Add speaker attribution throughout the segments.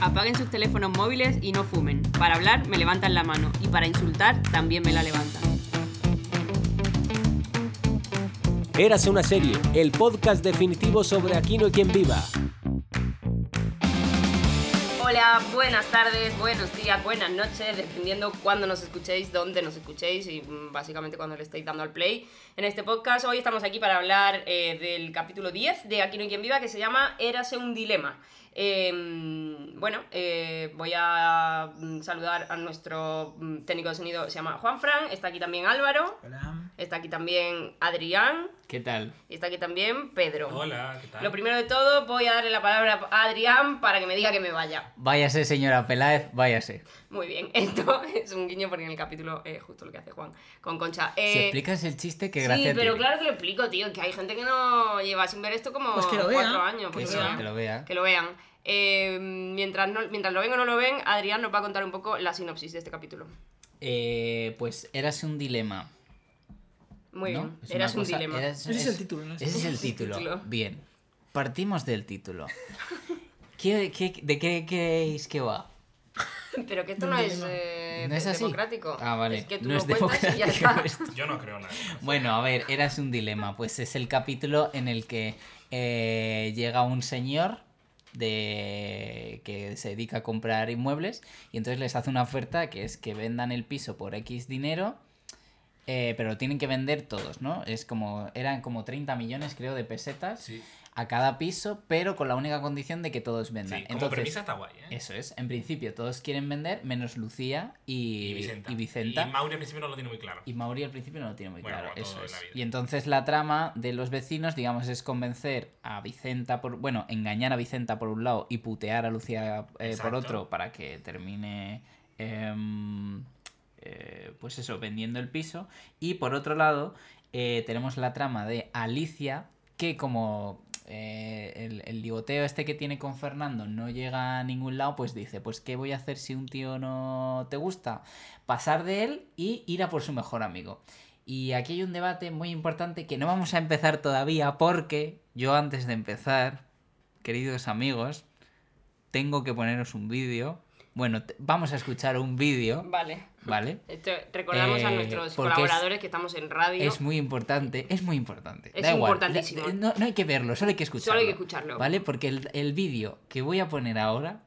Speaker 1: apaguen sus teléfonos móviles y no fumen. Para hablar me levantan la mano y para insultar también me la levantan.
Speaker 2: Érase una serie, el podcast definitivo sobre Aquino y quien viva.
Speaker 1: Hola, buenas tardes, buenos días, buenas noches, dependiendo cuándo nos escuchéis, dónde nos escuchéis y mm, básicamente cuando le estáis dando al play. En este podcast hoy estamos aquí para hablar eh, del capítulo 10 de Aquí no hay quien viva que se llama Érase un dilema. Eh, bueno, eh, voy a mm, saludar a nuestro mm, técnico de sonido, se llama Juan Fran, está aquí también Álvaro,
Speaker 3: Hola.
Speaker 1: está aquí también Adrián
Speaker 4: ¿Qué tal?
Speaker 1: y está aquí también Pedro.
Speaker 3: Hola, ¿qué tal?
Speaker 1: Lo primero de todo, voy a darle la palabra a Adrián para que me diga que me vaya.
Speaker 4: Váyase, señora Peláez, váyase.
Speaker 1: Muy bien, esto es un guiño porque en el capítulo es justo lo que hace Juan con Concha. Eh,
Speaker 4: Si explicas el chiste, qué
Speaker 1: sí,
Speaker 4: gracia
Speaker 1: pero
Speaker 4: tiene.
Speaker 1: claro que lo explico, tío, que hay gente que no lleva sin ver esto como
Speaker 3: Pues que lo vea.
Speaker 1: cuatro años.
Speaker 4: Que
Speaker 1: pues
Speaker 4: sí,
Speaker 1: vean.
Speaker 4: que lo vea.
Speaker 1: Que lo vean. Eh, mientras, no- mientras lo ven o no lo ven, Adrián nos va a contar un poco la sinopsis de este capítulo.
Speaker 4: Eh, pues érase un dilema.
Speaker 1: Muy
Speaker 4: ¿no?
Speaker 1: bien,
Speaker 4: Es una
Speaker 1: eras un
Speaker 4: cosa-
Speaker 1: dilema.
Speaker 4: eras-
Speaker 3: Ese es el título, ¿no?
Speaker 4: Ese es el título.
Speaker 1: título.
Speaker 4: Bien. Partimos del título. ¿Qué- qué- de qué creéis que va?
Speaker 1: Pero que esto no
Speaker 3: Un
Speaker 1: es,
Speaker 3: dilema.
Speaker 1: eh,
Speaker 4: ¿No es así?
Speaker 1: democrático.
Speaker 4: Ah, vale.
Speaker 1: Es que tú
Speaker 4: no
Speaker 1: lo
Speaker 4: es
Speaker 1: cuentas y ya
Speaker 4: democrático
Speaker 1: está.
Speaker 4: esto.
Speaker 3: Yo no creo nada.
Speaker 4: Bueno, a ver, eras un dilema. Pues es el capítulo en el que eh, llega un señor de que se dedica a comprar inmuebles y entonces les hace una oferta que es que vendan el piso por X dinero, eh, pero lo tienen que vender todos, ¿no? Es como, eran como 30 millones, creo, de pesetas
Speaker 3: Sí.
Speaker 4: a cada piso, pero con la única condición de que todos
Speaker 3: Sí,
Speaker 4: vendan.
Speaker 3: como premisa está guay, ¿eh?
Speaker 4: eso es, en principio todos quieren vender, menos Lucía y,
Speaker 3: y Vicenta.
Speaker 4: y Vicenta.
Speaker 3: Y Mauri al principio no lo tiene muy claro.
Speaker 4: Y Mauri al principio no lo tiene muy
Speaker 3: Bueno,
Speaker 4: claro.
Speaker 3: como
Speaker 4: Eso
Speaker 3: todo en
Speaker 4: es.
Speaker 3: la vida.
Speaker 4: Y entonces la trama de los vecinos, digamos, es convencer a Vicenta por. Bueno, engañar a Vicenta por un lado y putear a Lucía eh, por
Speaker 3: Exacto.
Speaker 4: otro para que termine. em, eh, pues eso, vendiendo el piso. Y por otro lado, eh, tenemos la trama de Alicia, que como. eh, el, el ligoteo este que tiene con Fernando no llega a ningún lado, pues dice, pues ¿qué voy a hacer si un tío no te gusta? pasar de él y ir a por su mejor amigo. Y aquí hay un debate muy importante que no vamos a empezar todavía porque yo antes de empezar, queridos amigos, tengo que poneros un vídeo. Bueno, te- vamos a escuchar un vídeo,
Speaker 1: Vale.
Speaker 4: ¿vale?
Speaker 1: Esto, recordamos a
Speaker 4: Eh,
Speaker 1: nuestros
Speaker 4: porque es-
Speaker 1: colaboradores que estamos en radio.
Speaker 4: Es muy importante, es muy importante.
Speaker 1: Es
Speaker 4: da igual, da-
Speaker 1: importantísimo.
Speaker 4: No, no hay que verlo, solo hay que escucharlo.
Speaker 1: Solo hay que escucharlo.
Speaker 4: ¿Vale? Porque el, el vídeo que voy a poner ahora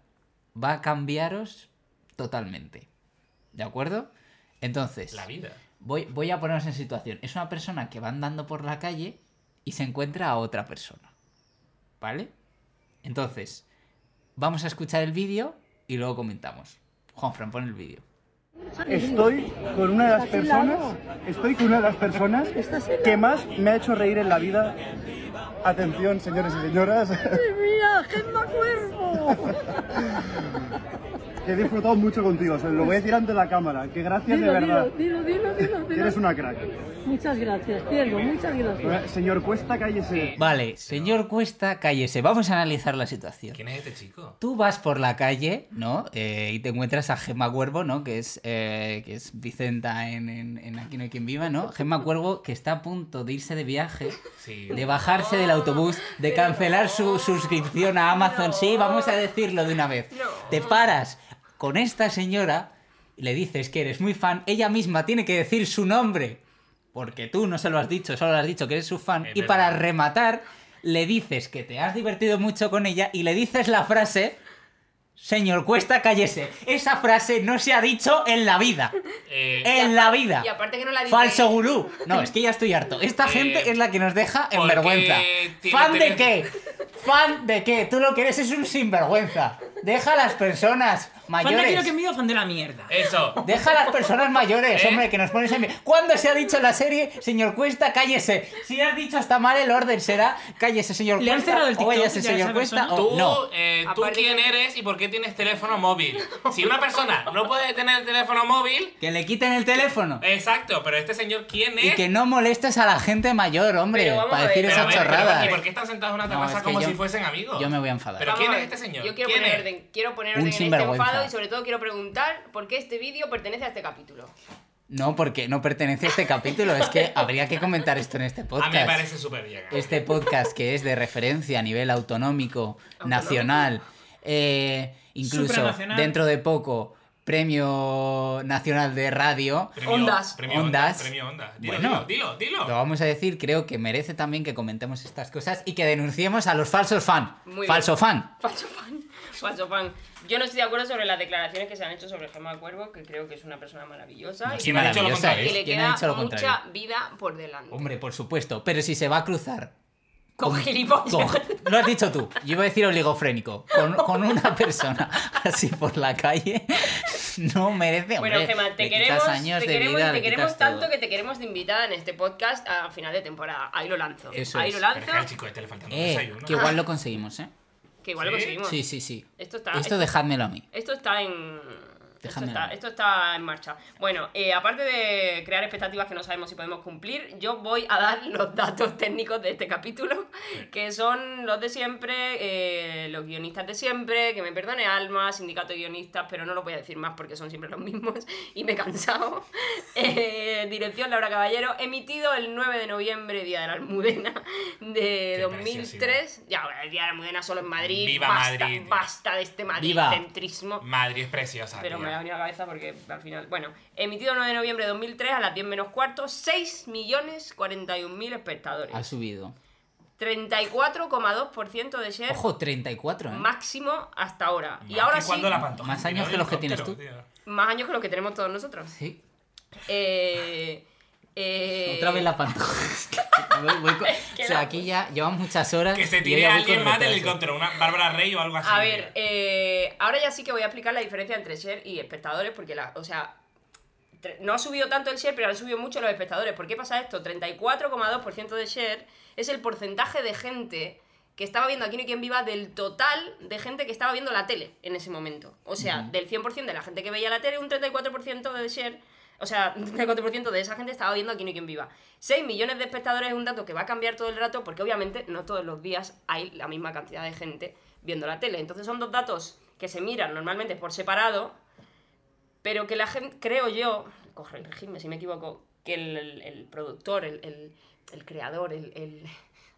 Speaker 4: va a cambiaros totalmente. ¿De acuerdo? Entonces...
Speaker 3: La vida.
Speaker 4: Voy, voy a ponernos en situación. Es una persona que va andando por la calle y se encuentra a otra persona. ¿Vale? Entonces, vamos a escuchar el vídeo y luego comentamos. Juanfran, pon el vídeo.
Speaker 5: Estoy con una de las personas, estoy con una de las personas que más me ha hecho reír en la vida. Atención, señores y señoras,
Speaker 6: Mira, Gemma Cuervo.
Speaker 5: que he disfrutado mucho contigo, se lo voy a decir ante la cámara, que gracias de
Speaker 6: Dilo,
Speaker 5: verdad,
Speaker 6: dilo, dilo, dilo, dilo,
Speaker 5: que
Speaker 6: dilo.
Speaker 5: eres una crack.
Speaker 6: Muchas gracias, cielo, muchas gracias.
Speaker 5: Señor Cuesta, cállese.
Speaker 4: Vale, señor Cuesta, cállese. Vamos a analizar la situación.
Speaker 3: ¿Quién es este chico?
Speaker 4: Tú vas por la calle, ¿no? Eh, y te encuentras a Gemma Cuervo, ¿no? Que es, eh, que es Vicenta en, en- en Aquí no hay quien viva, ¿no? Gemma Cuervo que está a punto de irse de viaje.
Speaker 3: Sí.
Speaker 4: de bajarse del autobús, de cancelar su suscripción a Amazon. Sí, vamos a decirlo de una vez. Te paras con esta señora, le dices que eres muy fan, ella misma tiene que decir su nombre, porque tú no se lo has dicho, solo le has dicho que eres su fan,
Speaker 3: Es
Speaker 4: y
Speaker 3: verdad.
Speaker 4: para rematar, le dices que te has divertido mucho con ella y le dices la frase... Señor Cuesta, cállese. Esa frase no se ha dicho en la vida.
Speaker 3: Eh,
Speaker 4: En la vida.
Speaker 1: Y aparte que no la dice-
Speaker 4: Falso gurú. No, es que ya estoy harto. Esta
Speaker 3: Eh,
Speaker 4: gente es la que nos deja en
Speaker 3: porque
Speaker 4: vergüenza.
Speaker 3: tiene-
Speaker 4: ¿Fan de
Speaker 3: tiene-
Speaker 4: qué? ¿Fan de qué? Tú lo que eres es un sinvergüenza. Deja a las personas
Speaker 7: Fan de quiero que
Speaker 4: mayores.
Speaker 7: me diga fan de la mierda.
Speaker 3: Eso.
Speaker 4: Deja a las personas mayores,
Speaker 3: ¿Eh?
Speaker 4: hombre, que nos pones en... ¿Cuándo se ha dicho en la serie, señor Cuesta, cállese? Si has dicho está mal el orden, será cállese, señor
Speaker 7: ¿Le han
Speaker 4: Cuesta.
Speaker 7: cerrado el
Speaker 4: o
Speaker 7: TikTok
Speaker 4: váyase,
Speaker 7: ya a
Speaker 4: señor
Speaker 7: esa
Speaker 4: Cuesta,
Speaker 7: persona?
Speaker 4: o
Speaker 3: Tú,
Speaker 4: no.
Speaker 3: eh, tú
Speaker 1: Aparte
Speaker 3: quién
Speaker 1: que-
Speaker 3: eres y por qué tienes teléfono móvil. Si una persona no puede tener teléfono móvil.
Speaker 4: Que le quiten el teléfono.
Speaker 3: Eh, Exacto, pero este señor, ¿quién es?
Speaker 4: Y que no molestes a la gente mayor, hombre,
Speaker 1: Pero vamos
Speaker 4: para
Speaker 1: a ver,
Speaker 4: decir
Speaker 3: Pero, a
Speaker 4: esas
Speaker 3: ver, pero,
Speaker 4: chorradas.
Speaker 3: ¿Y por qué están sentados en una
Speaker 4: No,
Speaker 3: terraza
Speaker 4: es que
Speaker 3: como
Speaker 4: yo-
Speaker 3: si fuesen amigos?
Speaker 4: Yo me voy a enfadar.
Speaker 3: Pero-
Speaker 1: Vamos
Speaker 3: quién
Speaker 1: a
Speaker 3: es
Speaker 1: ver,
Speaker 3: este señor?
Speaker 1: Yo quiero
Speaker 3: ¿Quién
Speaker 1: poner
Speaker 3: es?
Speaker 1: orden, quiero poner
Speaker 4: Un
Speaker 1: orden en este
Speaker 4: sinvergüenza.
Speaker 1: enfado y sobre todo quiero preguntar por qué este vídeo pertenece a este capítulo.
Speaker 4: No, porque no pertenece a este capítulo. Es que habría que comentar esto en este
Speaker 3: A
Speaker 4: podcast.
Speaker 3: mí me parece súper bien.
Speaker 4: Este podcast que es de referencia a nivel autonómico, nacional. eh, Incluso
Speaker 7: Supranacional.
Speaker 4: dentro de poco, Premio Nacional de Radio.
Speaker 3: Premio-
Speaker 1: Ondas.
Speaker 3: Premio
Speaker 4: Ondas.
Speaker 3: Ondas. Premio Ondas. Dilo,
Speaker 4: Bueno.
Speaker 3: dilo, dilo.
Speaker 4: Lo
Speaker 3: dilo.
Speaker 4: vamos a decir, creo que merece también que comentemos estas cosas y que denunciemos a los falsos fan.
Speaker 1: Muy
Speaker 4: Falso
Speaker 1: bien.
Speaker 4: fan.
Speaker 1: Falso fan. Falso fan. Yo no estoy de acuerdo sobre las declaraciones que se han hecho sobre Gemma Cuervo, que creo que es una persona maravillosa.
Speaker 4: No,
Speaker 1: y
Speaker 4: es
Speaker 3: ¿Quién ha dicho lo
Speaker 4: maravillosa,
Speaker 3: contrario?
Speaker 1: que
Speaker 4: ¿eh?
Speaker 1: le
Speaker 4: ¿Quién ha
Speaker 1: queda
Speaker 4: dicho lo contrario?
Speaker 1: mucha vida por delante.
Speaker 4: Hombre, por supuesto. Pero si se va a cruzar.
Speaker 1: Con gilipollas.
Speaker 4: con- lo has dicho tú. Yo iba a decir oligofrénico. Con, con una persona así por la calle no merece. Hombre,
Speaker 1: Bueno, Gemma, te
Speaker 4: le
Speaker 1: queremos,
Speaker 4: quitas años
Speaker 1: te
Speaker 4: de
Speaker 1: queremos,
Speaker 4: vida,
Speaker 1: te
Speaker 4: le
Speaker 1: queremos
Speaker 4: quitas
Speaker 1: tanto
Speaker 4: todo.
Speaker 1: que te queremos de invitada en este podcast a final de temporada. Ahí lo lanzo.
Speaker 4: Eso
Speaker 1: Ahí
Speaker 4: es.
Speaker 1: lo
Speaker 3: Pero es
Speaker 1: lanzo,
Speaker 3: que al chico este le falta un
Speaker 4: Eh,
Speaker 3: desayuno.
Speaker 4: que igual lo conseguimos, ¿eh?
Speaker 1: que igual lo
Speaker 3: ¿Sí?
Speaker 1: conseguimos.
Speaker 4: Sí, sí, sí.
Speaker 1: Esto está,
Speaker 4: Esto
Speaker 1: esto,
Speaker 4: dejádmelo a mí.
Speaker 1: esto está en... Esto
Speaker 4: Déjame
Speaker 1: está,
Speaker 4: hablar.
Speaker 1: esto está en marcha. Bueno, eh, aparte de crear expectativas que no sabemos si podemos cumplir, yo voy a dar los datos técnicos de este capítulo, que son los de siempre, eh, los guionistas de siempre, que me perdone Alma, sindicato de guionistas, pero no lo voy a decir más porque son siempre los mismos y me he cansado. Eh, dirección Laura Caballero, emitido el 9 de noviembre, Día de la Almudena, de
Speaker 3: Qué
Speaker 1: 2003. Ya, bueno, el Día de la Almudena solo en Madrid.
Speaker 3: Viva
Speaker 1: basta,
Speaker 3: Madrid, tío.
Speaker 1: Basta de este Madrid
Speaker 4: Viva.
Speaker 1: centrismo.
Speaker 3: Madrid es preciosa.
Speaker 1: Pero
Speaker 3: tío.
Speaker 1: me ha venido a la cabeza porque al final. Bueno, emitido 9 de noviembre de 2003 a las 10 menos cuarto, 6 millones 41 mil espectadores.
Speaker 4: Ha subido.
Speaker 1: 34,2% de share
Speaker 4: Ojo, 34, ¿eh?
Speaker 1: máximo hasta ahora.
Speaker 3: Más
Speaker 1: Y ahora
Speaker 3: que
Speaker 1: sí,
Speaker 3: cuando la Pantoja
Speaker 4: Más
Speaker 3: tiró
Speaker 4: años que
Speaker 3: del
Speaker 4: los que tienes
Speaker 3: helicóptero, tío.
Speaker 1: más años que los que tenemos todos nosotros.
Speaker 4: Sí.
Speaker 1: Eh, eh,
Speaker 4: Otra vez la pantoja. Voy- voy con- o sea, aquí ya llevamos muchas horas.
Speaker 3: Que se
Speaker 4: y yo
Speaker 3: tire
Speaker 4: ya voy
Speaker 3: alguien
Speaker 4: con
Speaker 3: más del
Speaker 4: retraso.
Speaker 3: helicóptero, una Bárbara Rey o algo así.
Speaker 1: A ver,
Speaker 3: tío.
Speaker 1: eh, ahora ya sí que voy a explicar la diferencia entre share y espectadores, porque la, o sea, tre- no ha subido tanto el share, pero han subido mucho los espectadores. ¿Por qué pasa esto? 34,2% de share es el porcentaje de gente que estaba viendo Aquí no hay quien viva del total de gente que estaba viendo la tele en ese momento. O sea, del 100% de la gente que veía la tele, un 34% de share... O sea, un 34% de esa gente estaba viendo Aquí no hay quien viva. 6 millones de espectadores es un dato que va a cambiar todo el rato porque obviamente no todos los días hay la misma cantidad de gente viendo la tele. Entonces son dos datos que se miran normalmente por separado, pero que la gente, creo yo, corregidme si me equivoco, que el, el- el productor, el, el- el creador, el, el-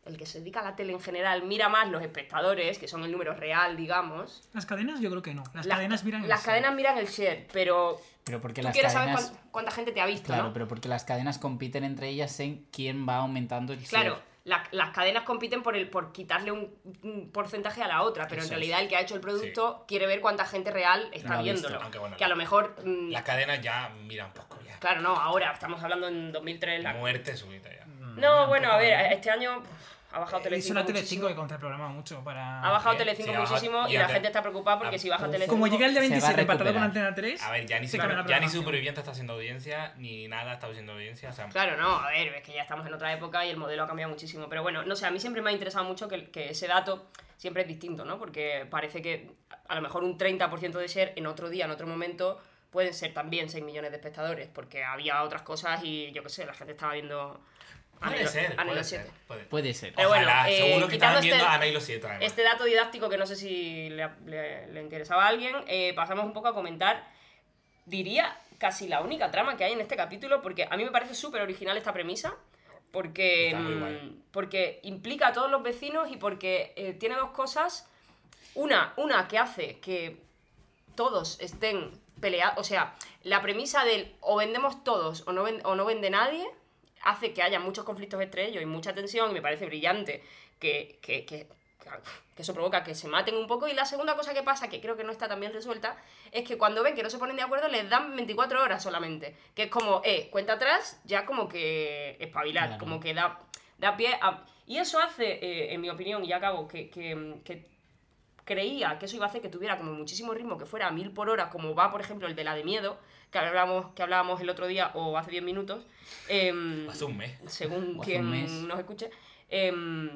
Speaker 1: el que se dedica a la tele en general, mira más los espectadores, que son el número real, digamos.
Speaker 7: Las cadenas yo creo que no. Las
Speaker 1: Las-
Speaker 7: cadenas miran... el
Speaker 1: Las
Speaker 7: sí.
Speaker 1: cadenas miran el share, pero
Speaker 4: Pero porque
Speaker 1: tú
Speaker 4: las
Speaker 1: quieres
Speaker 4: cadenas.
Speaker 1: saber cuán- cuánta gente te ha visto,
Speaker 4: Claro,
Speaker 1: ¿no?
Speaker 4: pero porque las cadenas compiten entre ellas en quién va aumentando el
Speaker 1: Claro,
Speaker 4: share.
Speaker 1: la- las cadenas compiten por el por quitarle un, un porcentaje a la otra, pero
Speaker 4: Eso
Speaker 1: en realidad el que ha hecho el producto quiere ver cuánta gente real
Speaker 4: Lo
Speaker 1: está
Speaker 4: ha visto,
Speaker 1: viéndolo.
Speaker 3: aunque bueno,
Speaker 1: que a
Speaker 3: la-
Speaker 1: lo mejor. mm,
Speaker 3: Las cadenas ya miran poco ya.
Speaker 1: Claro, no, ahora estamos hablando en 2003. la-
Speaker 3: La muerte súbita ya. Mm,
Speaker 1: No, bueno, a ver, este año pff, ha bajado
Speaker 7: Eh, hizo
Speaker 1: Telecinco
Speaker 7: una
Speaker 1: muchísimo.
Speaker 7: Telecinco que contraprogramaba mucho para...
Speaker 1: Ha bajado
Speaker 3: Sí,
Speaker 1: Telecinco
Speaker 3: sí, ha bajado-
Speaker 1: muchísimo y
Speaker 3: y
Speaker 1: la
Speaker 3: antes-
Speaker 1: gente está preocupada porque
Speaker 3: Ah,
Speaker 1: si baja Telecinco...
Speaker 7: Como llega el día
Speaker 4: Se va a
Speaker 7: 27 empatado con
Speaker 4: recuperar.
Speaker 7: Antena 3...
Speaker 3: A ver, ya ni,
Speaker 7: se
Speaker 3: super-
Speaker 7: cambia
Speaker 3: ya
Speaker 7: la
Speaker 3: ni
Speaker 7: programación.
Speaker 3: Supervivientes está haciendo audiencia, ni nada está haciendo audiencia. O sea,
Speaker 1: Claro, no, a ver, es que ya estamos en otra época y el modelo ha cambiado muchísimo. Pero bueno, no sé, a mí siempre me ha interesado mucho que, que ese dato siempre es distinto, ¿no? Porque parece que a lo mejor un 30% de share en otro día, en otro momento, pueden ser también 6 millones de espectadores, porque había otras cosas y yo qué sé, la gente estaba viendo...
Speaker 3: puede
Speaker 1: Anhelo-
Speaker 3: ser,
Speaker 1: Anhelo
Speaker 3: puede
Speaker 1: 7.
Speaker 3: ser, puede-
Speaker 4: Puede ser.
Speaker 1: Pero bueno,
Speaker 3: Ojalá,
Speaker 1: eh,
Speaker 3: seguro que
Speaker 1: quitando
Speaker 3: estaban
Speaker 1: este-
Speaker 3: viendo a Ana y los siete, además.
Speaker 1: Este dato didáctico que no sé si le, le- le interesaba a alguien, eh, pasamos un poco a comentar, diría, casi la única trama que hay en este capítulo, porque a mí me parece súper original esta premisa, porque,
Speaker 3: Está muy
Speaker 1: mm,
Speaker 3: guay.
Speaker 1: porque implica a todos los vecinos y porque eh, tiene dos cosas. Una, una que hace que todos estén peleados, o sea, la premisa del o vendemos todos o no, ven- o no vende nadie hace que haya muchos conflictos entre ellos y mucha tensión y me parece brillante que, que, que- que eso provoca que se maten un poco y la segunda cosa que pasa, que creo que no está tan bien resuelta, es que cuando ven que no se ponen de acuerdo les dan 24 horas solamente, que es como, eh, cuenta atrás, ya como que espabilar,
Speaker 4: Claro.
Speaker 1: como que da, da pie a... Y eso hace, eh, en mi opinión, y ya acabo, que- que- que creía que eso iba a hacer que tuviera como muchísimo ritmo, que fuera a mil por hora, como va, por ejemplo, el de la de miedo, que hablábamos, que hablábamos el otro día o hace 10 minutos, em,
Speaker 3: Hace un mes.
Speaker 1: según
Speaker 4: o hace un mes.
Speaker 1: quien nos escuche. em,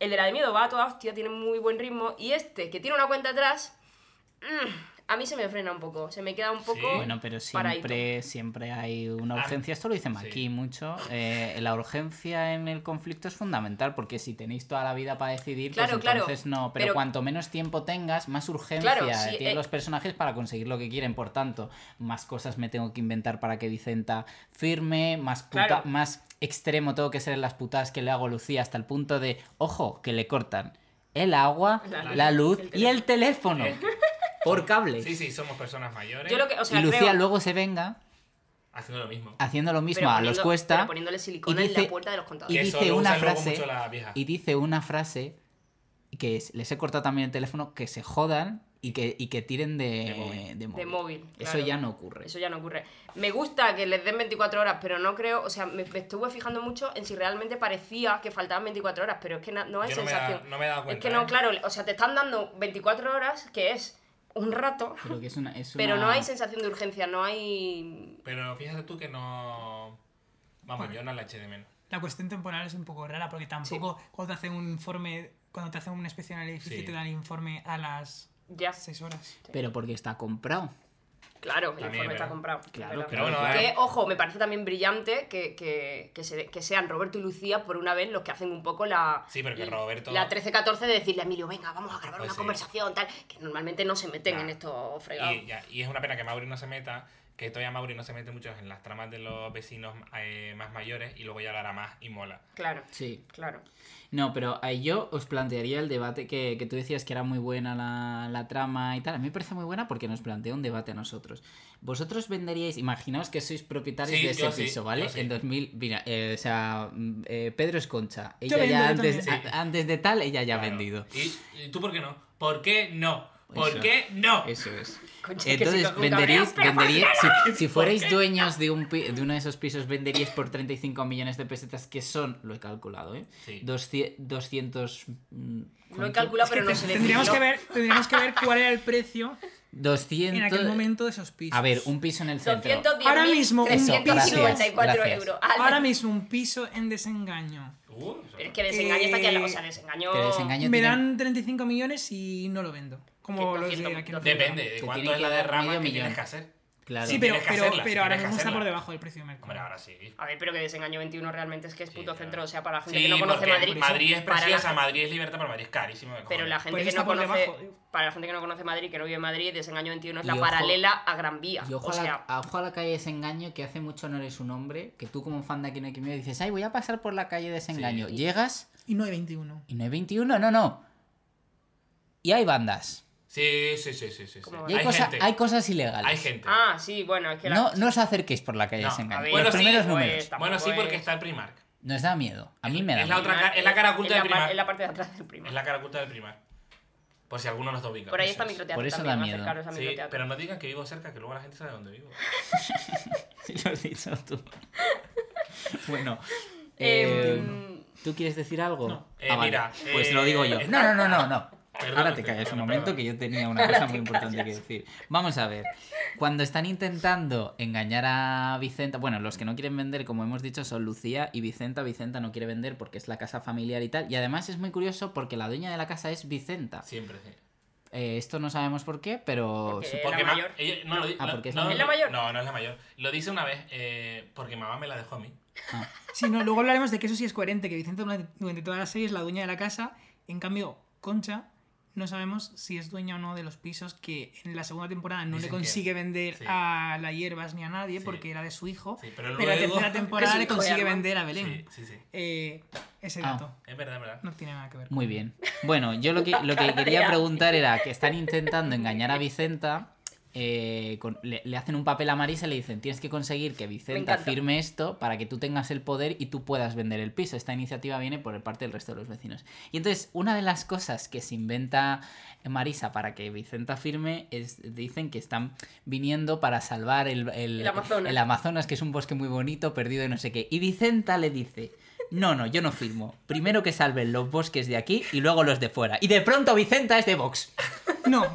Speaker 1: el de la de miedo va a toda hostia, tiene muy buen ritmo, y este, que tiene una cuenta atrás, mm, a mí se me frena un poco, se me queda un poco...
Speaker 3: Sí.
Speaker 4: Bueno, pero
Speaker 1: paradito.
Speaker 4: siempre, siempre hay una
Speaker 3: Ah,
Speaker 4: urgencia. Esto lo dicen aquí
Speaker 3: sí.
Speaker 4: mucho. Eh, la urgencia en el conflicto es fundamental porque si tenéis toda la vida para decidir,
Speaker 1: Claro,
Speaker 4: pues
Speaker 1: claro.
Speaker 4: entonces no. Pero,
Speaker 1: Pero-
Speaker 4: cuanto menos tiempo tengas, más urgencia
Speaker 1: Claro, sí,
Speaker 4: tienen
Speaker 1: eh.
Speaker 4: los personajes para conseguir lo que quieren. Por tanto, más cosas me tengo que inventar para que Vicenta firme, más puta,
Speaker 1: Claro.
Speaker 4: más extremo tengo que ser en las putas que le hago a Lucía hasta el punto de, ojo, que le cortan el agua,
Speaker 1: La
Speaker 4: la,
Speaker 1: luz,
Speaker 4: luz
Speaker 1: el
Speaker 4: y el teléfono. por cable.
Speaker 3: Sí, sí, somos personas mayores.
Speaker 1: Yo lo que, o sea,
Speaker 4: y Lucía
Speaker 1: creo-
Speaker 4: luego se venga
Speaker 3: Haciendo lo mismo.
Speaker 4: haciendo lo mismo
Speaker 1: Pero
Speaker 4: a
Speaker 1: poniendo-
Speaker 4: los cuesta
Speaker 1: pero poniéndole silicona
Speaker 4: y
Speaker 1: en
Speaker 4: dice-
Speaker 1: la puerta de los
Speaker 4: y
Speaker 1: contadores.
Speaker 3: Que eso
Speaker 4: dice
Speaker 3: lo
Speaker 4: una
Speaker 3: usan luego
Speaker 4: frase
Speaker 3: mucho las viejas.
Speaker 4: y dice una frase que es, les he cortado también el teléfono que se jodan y que, y que tiren
Speaker 3: De
Speaker 4: de,
Speaker 3: móvil.
Speaker 4: de
Speaker 1: De
Speaker 4: móvil.
Speaker 1: móvil,
Speaker 4: Eso
Speaker 1: claro.
Speaker 4: ya no ocurre.
Speaker 1: Eso ya no ocurre. Me gusta que les den 24 horas, pero no creo, o sea, me, me estuve fijando mucho en si realmente parecía que faltaban 24 horas, pero es que na- no hay
Speaker 3: Yo no me he
Speaker 1: sensación.
Speaker 3: dado- no me he dado
Speaker 1: Es
Speaker 3: cuenta,
Speaker 1: que no,
Speaker 3: ¿eh?
Speaker 1: claro, o sea, te están dando 24 horas, que es un rato,
Speaker 4: Creo que es una- es
Speaker 1: pero
Speaker 4: una-
Speaker 1: no hay sensación de urgencia, no hay...
Speaker 3: Pero fíjate tú que no. Vamos, yo no la eché de menos.
Speaker 7: La cuestión temporal es un poco rara porque tampoco cuando te hacen un informe, cuando te hacen una inspección al edificio
Speaker 3: Sí.
Speaker 7: te dan el informe a las
Speaker 1: Ya,
Speaker 7: 6 horas.
Speaker 4: Pero porque está comprado.
Speaker 1: claro, el
Speaker 3: También,
Speaker 1: informe está
Speaker 3: ¿verdad?
Speaker 1: comprado. es
Speaker 4: Claro,
Speaker 1: verdad.
Speaker 3: Pero bueno,
Speaker 1: Que,
Speaker 3: eh,
Speaker 1: ojo, me parece también brillante que, que, que, se- que sean Roberto y Lucía por una vez los que hacen un poco la.
Speaker 3: Sí, pero que Roberto-
Speaker 1: La 13-14 de decirle a Emilio, venga, vamos a grabar
Speaker 3: Pues
Speaker 1: una
Speaker 3: sí.
Speaker 1: conversación, tal. Que normalmente no se meten
Speaker 3: Ya.
Speaker 1: en estos fregados.
Speaker 3: Y, ya- y es una pena que Mauri no se meta, que todavía Mauri no se mete mucho en las tramas de los vecinos eh, más mayores y luego ya lo hará más y mola.
Speaker 1: Claro,
Speaker 4: Sí.
Speaker 1: claro.
Speaker 4: No, pero ahí yo os plantearía el debate que, que tú decías que era muy buena la, la trama y tal. A mí me parece muy buena porque nos plantea un debate a nosotros. Vosotros venderíais, imaginaos que sois propietarios
Speaker 3: Sí,
Speaker 4: de ese
Speaker 3: yo sí,
Speaker 4: piso,
Speaker 3: yo
Speaker 4: ¿vale?
Speaker 3: sí.
Speaker 4: En 2000, mira, eh, o sea, mm, eh, Pedro es Concha.
Speaker 7: Yo
Speaker 4: Ella ya
Speaker 7: vendo, yo
Speaker 4: antes,
Speaker 7: también.
Speaker 4: a- antes de tal, ella ya ha
Speaker 3: Claro.
Speaker 4: vendido.
Speaker 3: ¿Y, y tú por qué no? ¿Por qué no? ¿Por
Speaker 4: Eso.
Speaker 3: qué no?
Speaker 4: Eso es.
Speaker 1: Concha, es que sí
Speaker 4: Entonces,
Speaker 1: coge un
Speaker 4: venderíais,
Speaker 1: cabreo, pero
Speaker 4: venderíais- si, si fuerais dueños de, un, pi- de uno de esos pisos, venderíais por 35 millones de pesetas, que son, lo he calculado, ¿eh?
Speaker 3: Sí.
Speaker 4: 200... 200 mm,
Speaker 1: Lo he
Speaker 4: ¿cuánto?
Speaker 1: calculado, pero no se le
Speaker 7: Tendríamos
Speaker 1: dio.
Speaker 7: que, ver, tendríamos que ver cuál era el precio
Speaker 4: 200...
Speaker 7: en aquel momento de esos pisos.
Speaker 4: A ver, un piso en el centro.
Speaker 1: 210.000,
Speaker 7: Ahora mismo, un
Speaker 4: piso. Gracias.
Speaker 1: euros.
Speaker 7: Ahora mismo un piso en desengaño.
Speaker 3: Uh, eso-
Speaker 1: Pero es que desengaño está aquí al lado. O sea,
Speaker 7: Eh,
Speaker 1: desengaño.
Speaker 4: Pero desengaño
Speaker 7: Me
Speaker 4: tiene-
Speaker 7: dan 35 millones y no lo vendo. Como
Speaker 1: Que
Speaker 7: los de
Speaker 1: 200,
Speaker 7: aquí en el
Speaker 3: Depende
Speaker 4: Te
Speaker 3: de
Speaker 4: tienen
Speaker 3: cuánto es
Speaker 4: que
Speaker 3: la
Speaker 4: dar
Speaker 3: derrama
Speaker 4: medio
Speaker 3: que
Speaker 4: millón.
Speaker 3: tienes que hacer.
Speaker 4: Claro.
Speaker 7: Sí, pero,
Speaker 3: Tienes Ah, que
Speaker 7: pero,
Speaker 3: hacerla,
Speaker 7: pero ahora
Speaker 3: tienes que
Speaker 7: mismo está por
Speaker 3: hacerla.
Speaker 7: debajo del precio de mercado.
Speaker 3: Hombre, ahora sí.
Speaker 1: A ver, pero que desengaño 21 realmente es que es
Speaker 3: Sí,
Speaker 1: puto
Speaker 3: claro.
Speaker 1: centro. O sea, para la gente
Speaker 3: Sí,
Speaker 1: que no conoce
Speaker 3: porque
Speaker 1: Madrid.
Speaker 3: Madrid es
Speaker 1: para la
Speaker 3: preciosa, Madrid es libertad, pero Madrid es carísimo. de
Speaker 1: Pero
Speaker 3: cojones.
Speaker 1: la gente
Speaker 7: Pues
Speaker 1: que
Speaker 7: está
Speaker 1: no
Speaker 7: por
Speaker 1: conoce,
Speaker 7: debajo, tío.
Speaker 1: para la gente que no conoce Madrid, que no vive en Madrid, Desengaño 21 es
Speaker 4: Y
Speaker 1: la
Speaker 4: ojo-
Speaker 1: paralela a Gran Vía.
Speaker 4: Y ojo,
Speaker 1: o
Speaker 4: a la-
Speaker 1: sea,
Speaker 4: a, ojo a la calle Desengaño, que hace mucho no eres un hombre, que tú como fan de Aquí no hay quien me dices, ay, voy a pasar por la calle Desengaño. Llegas
Speaker 7: Y no hay 21.
Speaker 4: y no hay 21, no, no. Y hay bandas.
Speaker 3: Sí, sí, sí, sí. sí, sí.
Speaker 1: ¿Cómo va?
Speaker 4: Y hay,
Speaker 3: Hay,
Speaker 4: cosa-
Speaker 3: gente.
Speaker 4: hay cosas ilegales.
Speaker 3: Hay gente.
Speaker 1: ah, sí, bueno, es que la-
Speaker 4: No, no os acerquéis por la calle
Speaker 3: No,
Speaker 4: Desengaño.
Speaker 1: a ver,
Speaker 4: Los
Speaker 3: bueno, sí,
Speaker 4: primeros
Speaker 3: pues,
Speaker 4: números.
Speaker 1: tampoco
Speaker 3: Bueno, sí, porque
Speaker 1: es-
Speaker 3: está el Primark.
Speaker 4: Nos da miedo. A mí me da
Speaker 3: es la
Speaker 4: miedo.
Speaker 3: otra ca- es la cara oculta
Speaker 1: es
Speaker 3: del
Speaker 1: la, par-
Speaker 3: Primark.
Speaker 1: es la parte de atrás del primer.
Speaker 3: Es la cara oculta del Primark. Por si alguno nos ubica.
Speaker 1: Por ahí
Speaker 3: eso
Speaker 1: está
Speaker 3: es.
Speaker 1: microteatro.
Speaker 4: Por eso
Speaker 1: también,
Speaker 4: da
Speaker 1: más
Speaker 4: miedo.
Speaker 1: cercano es a
Speaker 3: Sí,
Speaker 1: microteatro.
Speaker 3: pero no digan que vivo cerca, que luego la gente sabe dónde vivo.
Speaker 4: Sí, lo has dicho tú. bueno.
Speaker 1: Eh,
Speaker 3: Em,
Speaker 4: eh, ¿Tú quieres decir algo?
Speaker 3: Eh,
Speaker 4: Ah, vale.
Speaker 3: mira,
Speaker 4: Pues
Speaker 3: eh,
Speaker 4: lo digo yo. No,
Speaker 3: está-
Speaker 4: no, no, no. no.
Speaker 3: Perdón,
Speaker 4: Ahora te
Speaker 3: perdón,
Speaker 4: callas un
Speaker 3: perdón,
Speaker 4: momento
Speaker 3: perdón.
Speaker 4: que yo tenía una cosa muy importante que decir. Vamos a ver. Cuando están intentando engañar a Vicenta, bueno, los que no quieren vender, como hemos dicho, son Lucía y Vicenta. Vicenta no quiere vender porque es la casa familiar y tal. Y además es muy curioso porque la dueña de la casa es Vicenta.
Speaker 3: Siempre, sí.
Speaker 4: Eh, esto no sabemos por qué, pero
Speaker 1: Porque-
Speaker 4: sup-
Speaker 1: ¿Es
Speaker 3: Porque
Speaker 1: la
Speaker 3: ma-
Speaker 1: mayor?
Speaker 3: ella- no, lo di-
Speaker 4: Ah,
Speaker 3: no,
Speaker 4: porque es
Speaker 3: no,
Speaker 4: la-
Speaker 1: ¿Es la mayor?
Speaker 3: No, no es la mayor. Lo dice una vez eh, porque mamá me la dejó a mí.
Speaker 7: Sí, no, luego hablaremos de que eso sí es coherente, que Vicente durante- durante toda la serie es la dueña de la casa. En cambio, Concha no sabemos si es dueña o no de los pisos que en la segunda temporada no
Speaker 3: Dicen
Speaker 7: le
Speaker 3: que-
Speaker 7: consigue vender
Speaker 3: sí.
Speaker 7: a la hierbas ni a nadie
Speaker 3: Sí.
Speaker 7: porque era de su hijo.
Speaker 3: Sí, pero
Speaker 7: pero la
Speaker 3: luego-
Speaker 7: tercera temporada
Speaker 1: Que
Speaker 7: le
Speaker 1: es hijo de
Speaker 7: consigue
Speaker 1: Arma.
Speaker 7: vender a
Speaker 3: Sí,
Speaker 7: Belén.
Speaker 3: sí, sí.
Speaker 7: Eh, ese
Speaker 4: Ah.
Speaker 7: dato
Speaker 3: Es verdad, es verdad.
Speaker 7: no tiene nada que ver.
Speaker 4: Muy bien. Bueno, yo lo que, lo que quería preguntar era que están intentando engañar a Vicenta. eh, con- le, le hacen un papel a Marisa y le dicen tienes que conseguir que Vicenta
Speaker 1: encanta.
Speaker 4: firme esto para que tú tengas el poder y tú puedas vender el piso. Esta iniciativa viene por parte del resto de los vecinos. Y entonces una de las cosas que se inventa Marisa para que Vicenta firme es dicen que están viniendo para salvar el, el-
Speaker 1: El Amazonas.
Speaker 4: el Amazonas, que es un bosque muy bonito, perdido y no sé qué. Y Vicenta le dice, no, no, yo no firmo. Primero que salven los bosques de aquí y luego los de fuera. Y de pronto Vicenta es de Vox.
Speaker 7: No,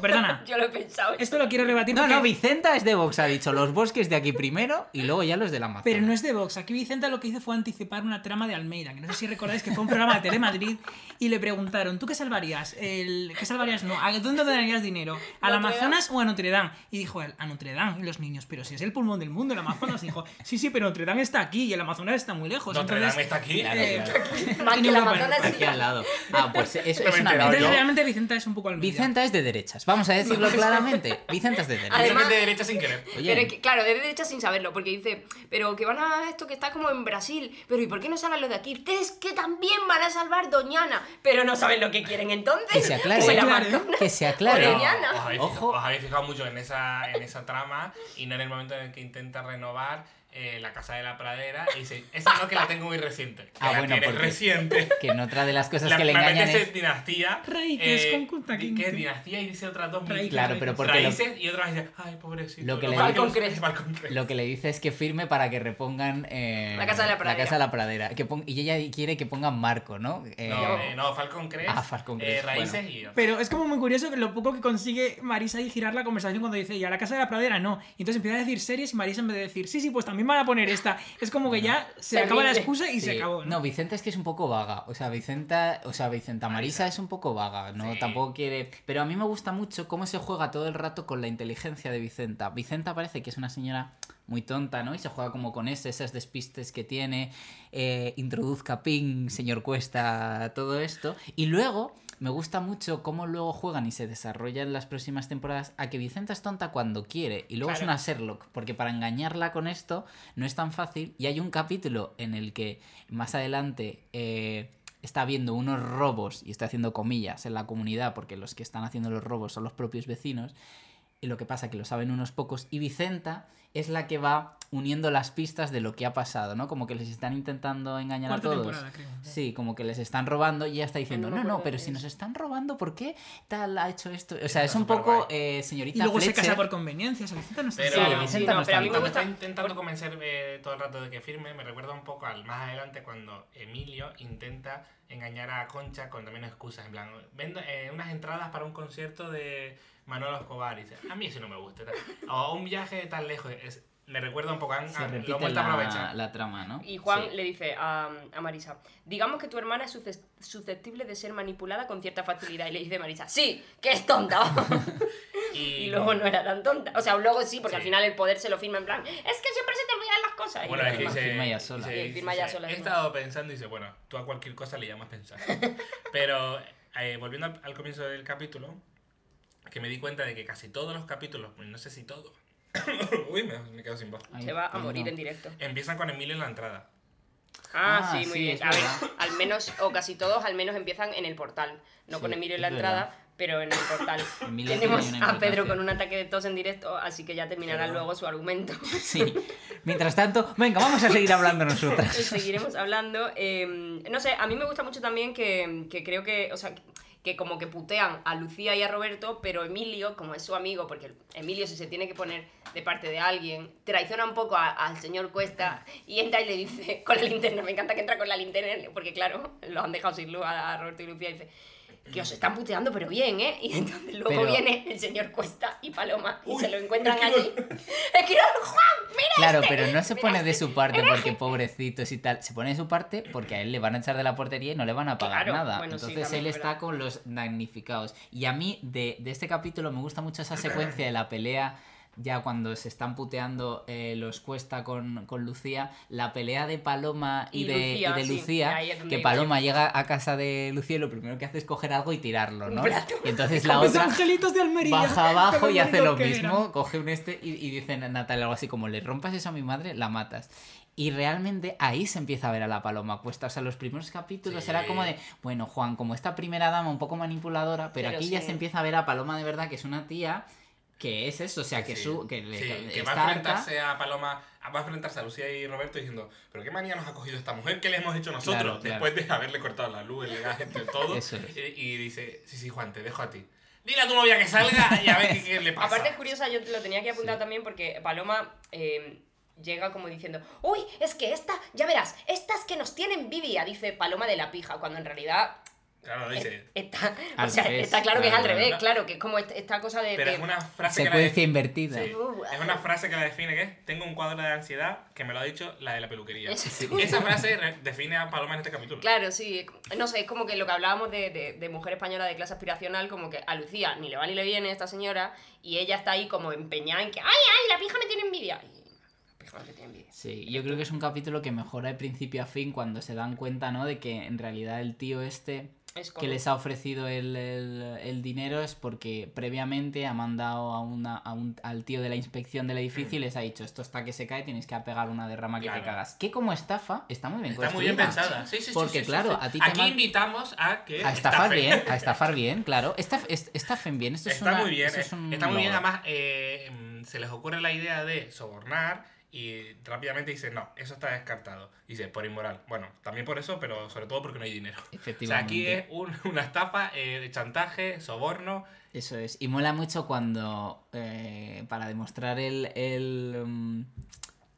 Speaker 7: perdona.
Speaker 1: Yo lo he pensado.
Speaker 7: Esto lo quiero rebatir
Speaker 4: No,
Speaker 7: porque-
Speaker 4: no, Vicenta es de Vox, ha dicho. Los bosques de aquí primero y luego ya los del Amazonas.
Speaker 7: Pero no es de Vox. Aquí Vicenta lo que hizo fue anticipar una trama de Almeida, que no sé si recordáis que fue un programa de Telemadrid y le preguntaron, ¿tú qué salvarías? El... ¿Qué salvarías? No, ¿a dónde donarías dinero? ¿Al
Speaker 1: Notre
Speaker 7: Amazonas o a Notre Dame? Y dijo él, a Notre Dame. Y los niños, pero si es el pulmón del mundo, el Amazonas. Y dijo, sí, sí, pero Notre Dame está aquí y el Amazonas está muy lejos.
Speaker 3: Notre
Speaker 7: pues entonces,
Speaker 3: Dame está aquí.
Speaker 4: Claro,
Speaker 7: eh,
Speaker 4: claro.
Speaker 1: Más
Speaker 7: y
Speaker 1: que
Speaker 7: no
Speaker 1: la
Speaker 7: me
Speaker 1: Amazonas
Speaker 7: parece.
Speaker 1: sí.
Speaker 4: Aquí al lado. Ah, pues es, es
Speaker 3: No me he
Speaker 4: una
Speaker 3: enterado
Speaker 7: Entonces
Speaker 4: mentira.
Speaker 7: realmente Vicenta es un poco Almeida.
Speaker 4: Vicenta es de derechas. Vamos a decirlo claramente. Vicenta es de derechas.
Speaker 1: Además-
Speaker 3: Simplemente de derecha sin querer.
Speaker 4: Oye,
Speaker 1: Pero es que, claro, de derecha sin saberlo, porque dice, pero que van a esto que está como en Brasil, pero ¿y por qué no salvan los de aquí? Ustedes que también van a salvar Doñana, pero no saben lo que quieren entonces.
Speaker 4: que se aclare.
Speaker 1: se la
Speaker 7: Claro.
Speaker 1: marcan.
Speaker 4: Que se
Speaker 1: Oye,
Speaker 4: aclare.
Speaker 3: Pero
Speaker 1: Diana.
Speaker 3: Os habéis,
Speaker 4: Ojo.
Speaker 3: fijado, os habéis fijado mucho en esa, en esa trama y no en el momento en el que intenta renovar eh, la casa de la pradera y dice, esa no que la tengo muy reciente. Que
Speaker 4: Ah,
Speaker 3: la
Speaker 4: bueno,
Speaker 3: tienes
Speaker 4: porque-
Speaker 3: reciente.
Speaker 4: Que en otra de las cosas
Speaker 3: La,
Speaker 4: que le
Speaker 3: me
Speaker 4: engañan
Speaker 3: apetece
Speaker 4: es...
Speaker 3: dinastía. eh,
Speaker 7: Raíces con Kunta
Speaker 3: di-
Speaker 7: Kinte.
Speaker 3: ¿Qué es dinastía? Y dice otras dos
Speaker 7: Raíces.
Speaker 4: Claro, pero porque lo,
Speaker 3: raíces y otras dice, ay, pobrecito.
Speaker 4: Lo que le-
Speaker 1: Falcon Crest.
Speaker 3: crees
Speaker 4: lo que le dice es que firme para que repongan... eh,
Speaker 1: La Casa de la Pradera.
Speaker 4: Casa de la Pradera. Que pon- Y ella quiere que pongan marco, ¿no? Eh,
Speaker 3: No, eh, no, Falcon Crest.
Speaker 4: Ah, Falcon
Speaker 3: eh,
Speaker 4: Crest,
Speaker 3: raíces
Speaker 4: bueno.
Speaker 3: y otras.
Speaker 7: Pero es como muy curioso que lo poco que consigue Marisa y girar la conversación cuando dice, y a la casa de la pradera no. Y entonces empieza a decir series y Marisa en vez de decir, sí, sí, pues también van a poner esta. Es como que ya
Speaker 1: Se
Speaker 7: se acaba la
Speaker 1: rinde.
Speaker 7: excusa y se
Speaker 4: Sí.
Speaker 7: acabó.
Speaker 4: No, Vicenta es que es un poco vaga. O sea, Vicenta, o sea, Vicenta Marisa es un poco vaga, ¿no?
Speaker 3: Sí.
Speaker 4: Tampoco quiere. Pero a mí me gusta mucho cómo se juega todo el rato con la inteligencia de Vicenta. Vicenta parece que es una señora muy tonta, ¿no? Y se juega como con ese, esas despistes que tiene. eh, introduzca ping, señor Cuesta, todo esto. Y luego. Me gusta mucho cómo luego juegan y se desarrollan las próximas temporadas a que Vicenta es tonta cuando quiere y luego es
Speaker 3: Claro.
Speaker 4: una Sherlock, porque para engañarla con esto no es tan fácil. Y hay un capítulo en el que más adelante eh, está viendo unos robos, y está haciendo comillas, en la comunidad, porque los que están haciendo los robos son los propios vecinos. Y lo que pasa es que lo saben unos pocos. Y Vicenta es la que va uniendo las pistas de lo que ha pasado, ¿no? Como que les están intentando engañar
Speaker 7: Cuarta
Speaker 4: a todos.
Speaker 7: temporada, creo.
Speaker 4: Sí, como que les están robando y ella está diciendo,
Speaker 1: no me
Speaker 4: no, no,
Speaker 1: acuerdo
Speaker 4: pero
Speaker 1: de
Speaker 4: si nos
Speaker 1: eso".
Speaker 4: están robando, ¿por qué tal ha hecho esto? O sea, es
Speaker 3: está
Speaker 4: un
Speaker 3: superguay.
Speaker 4: poco eh,
Speaker 7: Y
Speaker 4: señorita
Speaker 7: luego se casa
Speaker 4: Fletcher.
Speaker 7: por conveniencia, o sea, Vicenta no está
Speaker 3: Pero-
Speaker 7: sola.
Speaker 3: Sí,
Speaker 1: Sí,
Speaker 4: Vicenta
Speaker 1: no,
Speaker 4: no
Speaker 1: pero a
Speaker 4: está
Speaker 1: mí me
Speaker 3: Cuando
Speaker 1: gusta.
Speaker 3: está intentando convencerme todo el rato de que firme, me recuerda un poco al más adelante cuando Emilio intenta engañar a Concha con también excusas. En plan, vendo eh, unas entradas para un concierto de Manolo Escobar. Y dice, a mí eso no me gusta. tal. O un viaje tan lejos. Es- me recuerda un poco a,
Speaker 7: Ah,
Speaker 4: Se
Speaker 3: a- lo he
Speaker 4: repite
Speaker 3: vuelto a
Speaker 4: la,
Speaker 3: aprovechar.
Speaker 4: la trama, ¿no?
Speaker 1: Y Juan
Speaker 4: Sí.
Speaker 1: le dice a, a Marisa, digamos que tu hermana es suces- susceptible de ser manipulada con cierta facilidad. Y le dice Marisa, sí, que es tonta.
Speaker 3: Y,
Speaker 1: y luego no era tan tonta. O sea, luego sí, porque
Speaker 3: Sí.
Speaker 1: al final el poder se lo firma en plan, es que siempre se te olvidan las cosas. Y
Speaker 3: Bueno, es que
Speaker 1: firma.
Speaker 3: dice,
Speaker 4: Firma ella sola.
Speaker 3: dice-
Speaker 1: Sí, firma
Speaker 3: dice,
Speaker 1: ella sola,
Speaker 3: He
Speaker 1: es más".
Speaker 3: estado pensando y dice, bueno, tú a cualquier cosa le llamas pensar. Pero eh, volviendo al, al comienzo del capítulo, que me di cuenta de que casi todos los capítulos, no sé si todos, uy, me, me quedo sin voz,
Speaker 4: Ay,
Speaker 1: se va a
Speaker 4: perdón.
Speaker 1: morir en directo.
Speaker 3: empiezan con Emilio en la entrada.
Speaker 1: Ah,
Speaker 4: Ah,
Speaker 1: sí, muy
Speaker 4: sí,
Speaker 1: bien.
Speaker 4: es
Speaker 1: A ver,
Speaker 4: verdad.
Speaker 1: al menos, o casi todos, al menos empiezan en el portal. No
Speaker 4: Sí,
Speaker 1: con Emilio en
Speaker 4: es
Speaker 1: la
Speaker 4: verdad.
Speaker 1: entrada, pero en el portal.
Speaker 4: Emilio tiene
Speaker 1: Tenemos
Speaker 4: una
Speaker 1: a
Speaker 4: importancia.
Speaker 1: Pedro con un ataque de tos en directo, así que ya terminará
Speaker 3: Perdón.
Speaker 1: luego su argumento.
Speaker 4: Sí. Mientras tanto, venga, vamos a seguir hablando nosotras.
Speaker 1: Y seguiremos hablando. Eh, no sé, a mí me gusta mucho también que, que creo que, o sea, que como que putean a Lucía y a Roberto, pero Emilio, como es su amigo, porque Emilio si se tiene que poner de parte de alguien, traiciona un poco a- al señor Cuesta y entra y le dice, con la linterna, me encanta que entra con la linterna, porque claro, los han dejado sin luz a, a Roberto y Lucía y dice... Que os están puteando, pero bien, ¿eh? Y entonces luego
Speaker 4: Pero-
Speaker 1: viene el señor Cuesta y Paloma y
Speaker 3: Uy,
Speaker 1: se lo encuentran
Speaker 3: Esquirol.
Speaker 1: allí. ¡Esquirol, Juan! ¡Mira
Speaker 4: Claro,
Speaker 1: este!
Speaker 4: pero no se
Speaker 1: ¡Mira
Speaker 4: pone de
Speaker 1: este!
Speaker 4: su parte porque pobrecitos y tal. Se pone de su parte porque a él le van a echar de la portería y no le van a pagar
Speaker 1: Claro,
Speaker 4: nada.
Speaker 1: bueno, sí,
Speaker 4: Entonces
Speaker 1: también
Speaker 4: él
Speaker 1: es
Speaker 4: está
Speaker 1: verdad.
Speaker 4: con los damnificados. Y a mí de, de este capítulo me gusta mucho esa secuencia de la pelea. Ya cuando se están puteando eh, los Cuesta con, con Lucía, la pelea de Paloma y,
Speaker 1: Y
Speaker 4: de
Speaker 1: Lucía,
Speaker 4: y de
Speaker 1: sí,
Speaker 4: Lucía,
Speaker 1: ahí es donde
Speaker 4: que
Speaker 1: iba
Speaker 4: Paloma llega a casa de Lucía y lo primero que hace es coger algo y tirarlo,
Speaker 1: Un
Speaker 4: ¿no?
Speaker 1: plato.
Speaker 4: Y entonces la
Speaker 7: Los
Speaker 4: otra
Speaker 7: angelitos de Almería.
Speaker 4: baja abajo
Speaker 7: Pero
Speaker 4: y hace
Speaker 7: no
Speaker 4: lo
Speaker 7: que eran.
Speaker 4: mismo, coge un este y, y dice Natalia algo así como le rompas eso a mi madre, la matas. Y realmente ahí se empieza a ver a la paloma cuesta. O sea, los primeros capítulos
Speaker 3: Sí.
Speaker 4: era como de, bueno, Juan, como esta primera dama un poco manipuladora, pero,
Speaker 1: Pero
Speaker 4: aquí
Speaker 1: sí.
Speaker 4: ya se empieza a ver a Paloma de verdad, que es una tía que es eso, o sea, que,
Speaker 3: Sí.
Speaker 4: su, que, le-
Speaker 3: Sí, que
Speaker 4: está
Speaker 3: va a
Speaker 4: harta.
Speaker 3: enfrentarse a Paloma, va a enfrentarse a Lucía y Roberto diciendo, pero qué manía nos ha cogido esta mujer, qué le hemos hecho nosotros
Speaker 4: Claro, claro.
Speaker 3: después de haberle cortado la luz, el gas, entre todo.
Speaker 4: Eso es.
Speaker 3: y, y dice, sí, sí, Juan, te dejo a ti. Dile a tu novia que salga y a ver qué, qué le pasa.
Speaker 1: Aparte es curiosa, yo lo tenía que apuntar también porque Paloma eh, llega como diciendo, uy, es que esta, ya verás, estas que nos tienen Vivia, dice Paloma de la pija, cuando en realidad
Speaker 3: Claro, dice,
Speaker 1: está, o
Speaker 4: Al
Speaker 1: sea,
Speaker 4: revés,
Speaker 1: está claro que es al
Speaker 4: claro,
Speaker 1: revés,
Speaker 3: ¿no?
Speaker 1: claro, que es Uh, como este- esta cosa de...
Speaker 3: Pero
Speaker 1: de-
Speaker 3: es una frase que la
Speaker 4: Secuencia
Speaker 3: define.
Speaker 4: invertida.
Speaker 3: Sí. Es una frase que la define que es tengo un cuadro de ansiedad que me lo ha dicho la de la peluquería.
Speaker 1: Exacto.
Speaker 3: Esa frase re- define a Paloma en este capítulo.
Speaker 1: Claro, sí, no sé, es como que lo que hablábamos de, de- de mujer española de clase aspiracional, como que a Lucía ni le va ni le viene esta señora y ella está ahí como empeñada en que, ay, ay, la pija me tiene envidia. Y la pija no te tiene envidia.
Speaker 4: Sí, yo creo que es un capítulo que mejora de principio a fin cuando se dan cuenta, ¿no? De que en realidad el tío este
Speaker 1: Es
Speaker 4: que
Speaker 1: como-
Speaker 4: les ha ofrecido el, el- el dinero es porque previamente ha mandado a una, a un- al tío de la inspección del edificio y les ha dicho esto está que se cae, tienes que apegar una derrama que
Speaker 3: Claro.
Speaker 4: te cagas. Que como estafa está muy bien
Speaker 3: Está muy bien
Speaker 4: construida.
Speaker 3: pensada. Sí, sí, sí,
Speaker 4: Pues Porque,
Speaker 3: sí, sí,
Speaker 4: claro,
Speaker 3: sí.
Speaker 4: a ti te
Speaker 3: Aquí
Speaker 4: man-
Speaker 3: invitamos a que.
Speaker 4: A estafar
Speaker 3: estafen.
Speaker 4: bien, a estafar bien, claro. Estaf, es- estafen bien, esto es
Speaker 3: Está
Speaker 4: una-
Speaker 3: muy bien.
Speaker 4: eso
Speaker 3: eh.
Speaker 4: es un
Speaker 3: Está muy bien.
Speaker 4: logro.
Speaker 3: Además, eh, mm, se les ocurre la idea de sobornar y rápidamente dicen, no, eso está descartado. Dice, por inmoral. Bueno, también por eso, pero sobre todo porque no hay dinero. O sea, aquí es
Speaker 4: Efectivamente.
Speaker 3: un- una estafa eh, de chantaje, soborno.
Speaker 4: Eso es. Y mola mucho cuando, eh, para demostrar el, el, mm,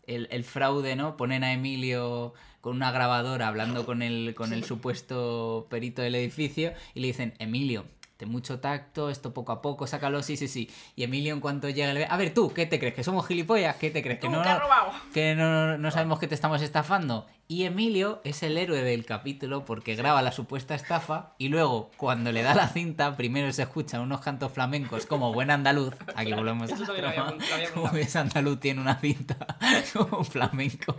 Speaker 4: el- el fraude, ¿no? Ponen a Emilio con una grabadora hablando con el, con el supuesto perito del edificio y le dicen, Emilio, ten mucho tacto, esto poco a poco, sácalo, sí, sí, sí. Y Emilio en cuanto llega le ve, a ver tú, ¿qué te crees? ¿Que somos gilipollas? ¿Qué te crees?
Speaker 1: Tú,
Speaker 4: Que no,
Speaker 1: que has robado.
Speaker 4: que no, no sabemos que te estamos estafando. Y Emilio es el héroe del capítulo porque graba la supuesta estafa y luego, cuando le da la cinta, primero se escuchan unos cantos flamencos como buen andaluz. Aquí volvemos a
Speaker 1: eso
Speaker 4: la
Speaker 1: también lo había
Speaker 4: trama,
Speaker 1: apunt- lo había
Speaker 4: Como
Speaker 1: apuntado.
Speaker 4: es andaluz, tiene una cinta como un flamenco.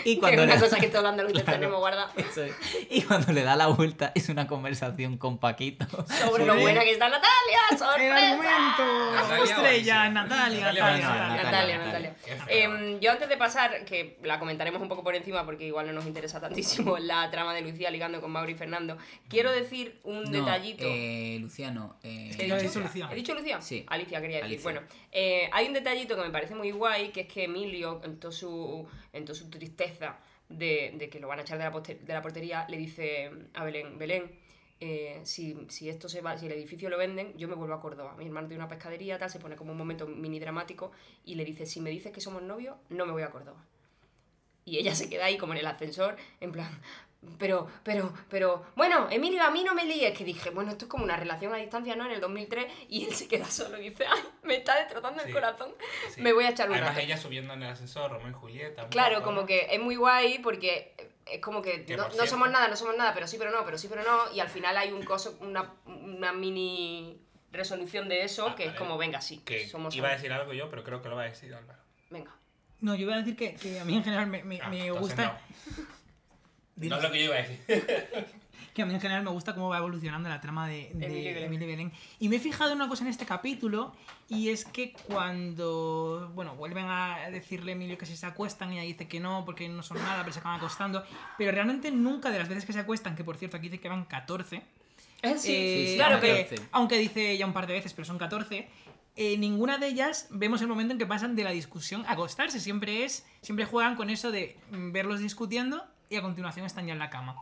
Speaker 4: Y
Speaker 1: Que es
Speaker 4: cuando
Speaker 1: una
Speaker 4: le...
Speaker 1: cosa que todos los andaluces tenemos guarda
Speaker 4: Eso es. Y cuando le da la vuelta es una conversación con Paquito.
Speaker 1: sobre lo buena que está Natalia,
Speaker 7: ¡El
Speaker 1: sorpresa.
Speaker 7: argumento!
Speaker 3: Natalia
Speaker 7: ¡Estrella!
Speaker 3: buenísima.
Speaker 7: Natalia,
Speaker 3: Natalia
Speaker 7: Natalia,
Speaker 4: buenísima.
Speaker 7: Natalia.
Speaker 1: Natalia,
Speaker 4: Natalia.
Speaker 1: Natalia.
Speaker 3: Qué feo.
Speaker 1: Em, yo antes de pasar, que la comentaremos un poco por encima porque igual no nos interesa tantísimo la trama de Lucía ligando con Mauri Fernando, quiero decir un
Speaker 4: No,
Speaker 1: detallito.
Speaker 4: eh, Luciano. eh,
Speaker 1: ¿Qué he
Speaker 7: Lo
Speaker 1: dicho?
Speaker 7: he dicho Lucía.
Speaker 1: ¿He dicho Lucía?
Speaker 4: Sí.
Speaker 1: Alicia quería decir.
Speaker 4: Alicia.
Speaker 1: Bueno, eh, hay un detallito que me parece muy guay, que es que Emilio, en toda su, en toda su tristeza de, de que lo van a echar de la, poste- de la portería, le dice a Belén, Belén, eh, si, si esto se va, si el edificio lo venden, yo me vuelvo a Córdoba. Mi hermano tiene una pescadería, tal, se pone como un momento mini dramático y le dice, si me dices que somos novios, no me voy a Córdoba. Y ella se queda ahí como en el ascensor, en plan, pero, pero, pero, bueno, Emilio, a mí no me líes, que dije, bueno, esto es como una relación a distancia, ¿no? En el 2003, y él se queda solo y dice, ay, me está destrozando
Speaker 3: Sí.
Speaker 1: el corazón,
Speaker 3: Sí.
Speaker 1: me voy a echar un
Speaker 3: Además,
Speaker 1: rato".
Speaker 3: ella subiendo en el ascensor, Romeo y Julieta. un
Speaker 1: Claro,
Speaker 3: poco,
Speaker 1: como
Speaker 3: ¿no?
Speaker 1: que es muy guay porque es como que
Speaker 3: Que
Speaker 1: no, no
Speaker 3: por cierto-
Speaker 1: somos nada, no somos nada, pero sí, pero no, pero sí, pero no, y al final hay un coso, una, una mini resolución de eso,
Speaker 3: Ah,
Speaker 1: que es
Speaker 3: eh,
Speaker 1: como, venga, sí,
Speaker 3: Que
Speaker 1: somos
Speaker 3: iba a
Speaker 1: amigos".
Speaker 3: decir algo yo, pero creo que lo va a decir Álvaro.
Speaker 1: Venga.
Speaker 7: No, yo iba a decir que, que a mí en general me, me-
Speaker 3: Ah,
Speaker 7: me
Speaker 3: entonces
Speaker 7: gusta.
Speaker 3: No. No es lo que yo iba a decir.
Speaker 7: Que a mí en general me gusta cómo va evolucionando la trama de, de
Speaker 1: Emilio y Belén.
Speaker 7: Emilio y Belén. Y me he fijado en una cosa en este capítulo, y es que cuando, bueno, vuelven a decirle a Emilio que si se acuestan, ella dice que no, porque no son nada, pero se acaban acostando. Pero realmente nunca de las veces que se acuestan, que por cierto aquí dice que van 14, eh,
Speaker 4: sí, sí,
Speaker 7: claro,
Speaker 4: aunque-
Speaker 7: que,
Speaker 4: 14.
Speaker 7: aunque dice ella un par de veces, pero son 14. eh, ninguna de ellas vemos el momento en que pasan de la discusión a acostarse. Siempre es. Siempre juegan con eso de mm, verlos discutiendo y a continuación están ya en la cama.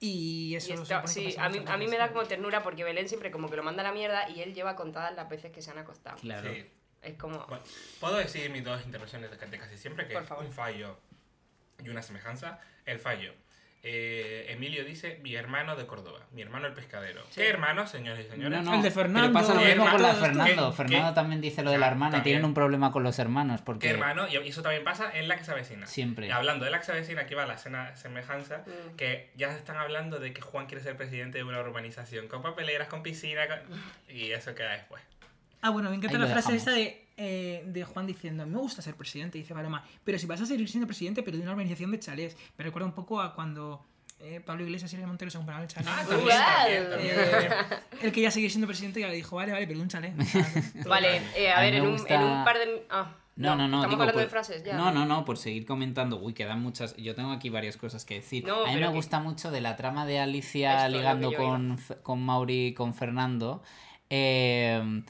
Speaker 7: Y eso
Speaker 1: Y
Speaker 7: se
Speaker 1: está-
Speaker 7: supone que
Speaker 1: sí,
Speaker 7: pasa
Speaker 1: a mí,
Speaker 7: muchas
Speaker 1: a mí me
Speaker 7: veces.
Speaker 1: da como ternura porque Belén siempre como que lo manda a la mierda y él lleva contadas las veces que se han acostado.
Speaker 4: Claro.
Speaker 3: Sí.
Speaker 1: Es como...
Speaker 3: Bueno, Puedo decir mis dos intervenciones de de casi siempre, que
Speaker 1: Por
Speaker 3: es
Speaker 1: favor.
Speaker 3: un fallo y una semejanza. El fallo. Eh, Emilio dice, mi hermano de Córdoba, mi hermano el pescadero.
Speaker 1: Sí.
Speaker 3: ¿Qué hermano, señores y señoras?
Speaker 7: no. El de
Speaker 4: Pero
Speaker 7: Fernando,
Speaker 4: pasa lo
Speaker 3: el
Speaker 4: mismo
Speaker 3: de
Speaker 4: con la de
Speaker 3: Carlos,
Speaker 4: Fernando.
Speaker 3: ¿qué-
Speaker 4: Fernando
Speaker 3: qué-
Speaker 4: también dice lo de la
Speaker 3: Ah,
Speaker 4: hermana y
Speaker 3: también.
Speaker 4: tienen un problema con los hermanos. Porque
Speaker 3: ¿Qué hermano? Y eso también pasa en la casa vecina.
Speaker 4: Siempre.
Speaker 3: Y hablando de la casa vecina, aquí va la cena semejanza,
Speaker 1: Mm.
Speaker 3: que ya están hablando de que Juan quiere ser presidente de una urbanización con papeleras, con piscina, con- y eso queda después.
Speaker 7: Ah, bueno, me encanta
Speaker 4: Ahí
Speaker 7: la
Speaker 4: lo
Speaker 7: frase
Speaker 4: dejamos.
Speaker 7: esta de, eh, de Juan diciendo: A mí me gusta ser presidente, dice Paloma, pero si vas a seguir siendo presidente, pero de una organización de chalés. Me recuerda un poco a cuando eh, Pablo Iglesias y Irene Montero se compraron el chalé.
Speaker 3: Ah,
Speaker 1: también,
Speaker 3: también,
Speaker 1: también,
Speaker 7: Él quería seguir siendo presidente y le dijo: Vale, vale, pero de un chalé. O sea, todo-
Speaker 1: Vale, eh, a,
Speaker 4: A mí
Speaker 1: ver,
Speaker 4: me
Speaker 1: en un,
Speaker 4: gusta-
Speaker 1: en un par de... ah,
Speaker 4: No, no, no.
Speaker 1: Estamos
Speaker 4: digo,
Speaker 1: hablando
Speaker 4: por-
Speaker 1: de frases ya.
Speaker 4: No, no, no, por seguir comentando. Uy, quedan muchas. Yo tengo aquí varias cosas que decir.
Speaker 1: No,
Speaker 4: a mí
Speaker 1: pero
Speaker 4: me
Speaker 1: que-
Speaker 4: gusta mucho de la trama de Alicia
Speaker 1: Esto es lo
Speaker 4: ligando
Speaker 1: que yo iba.
Speaker 4: con, F- con Mauri y con Fernando. eh,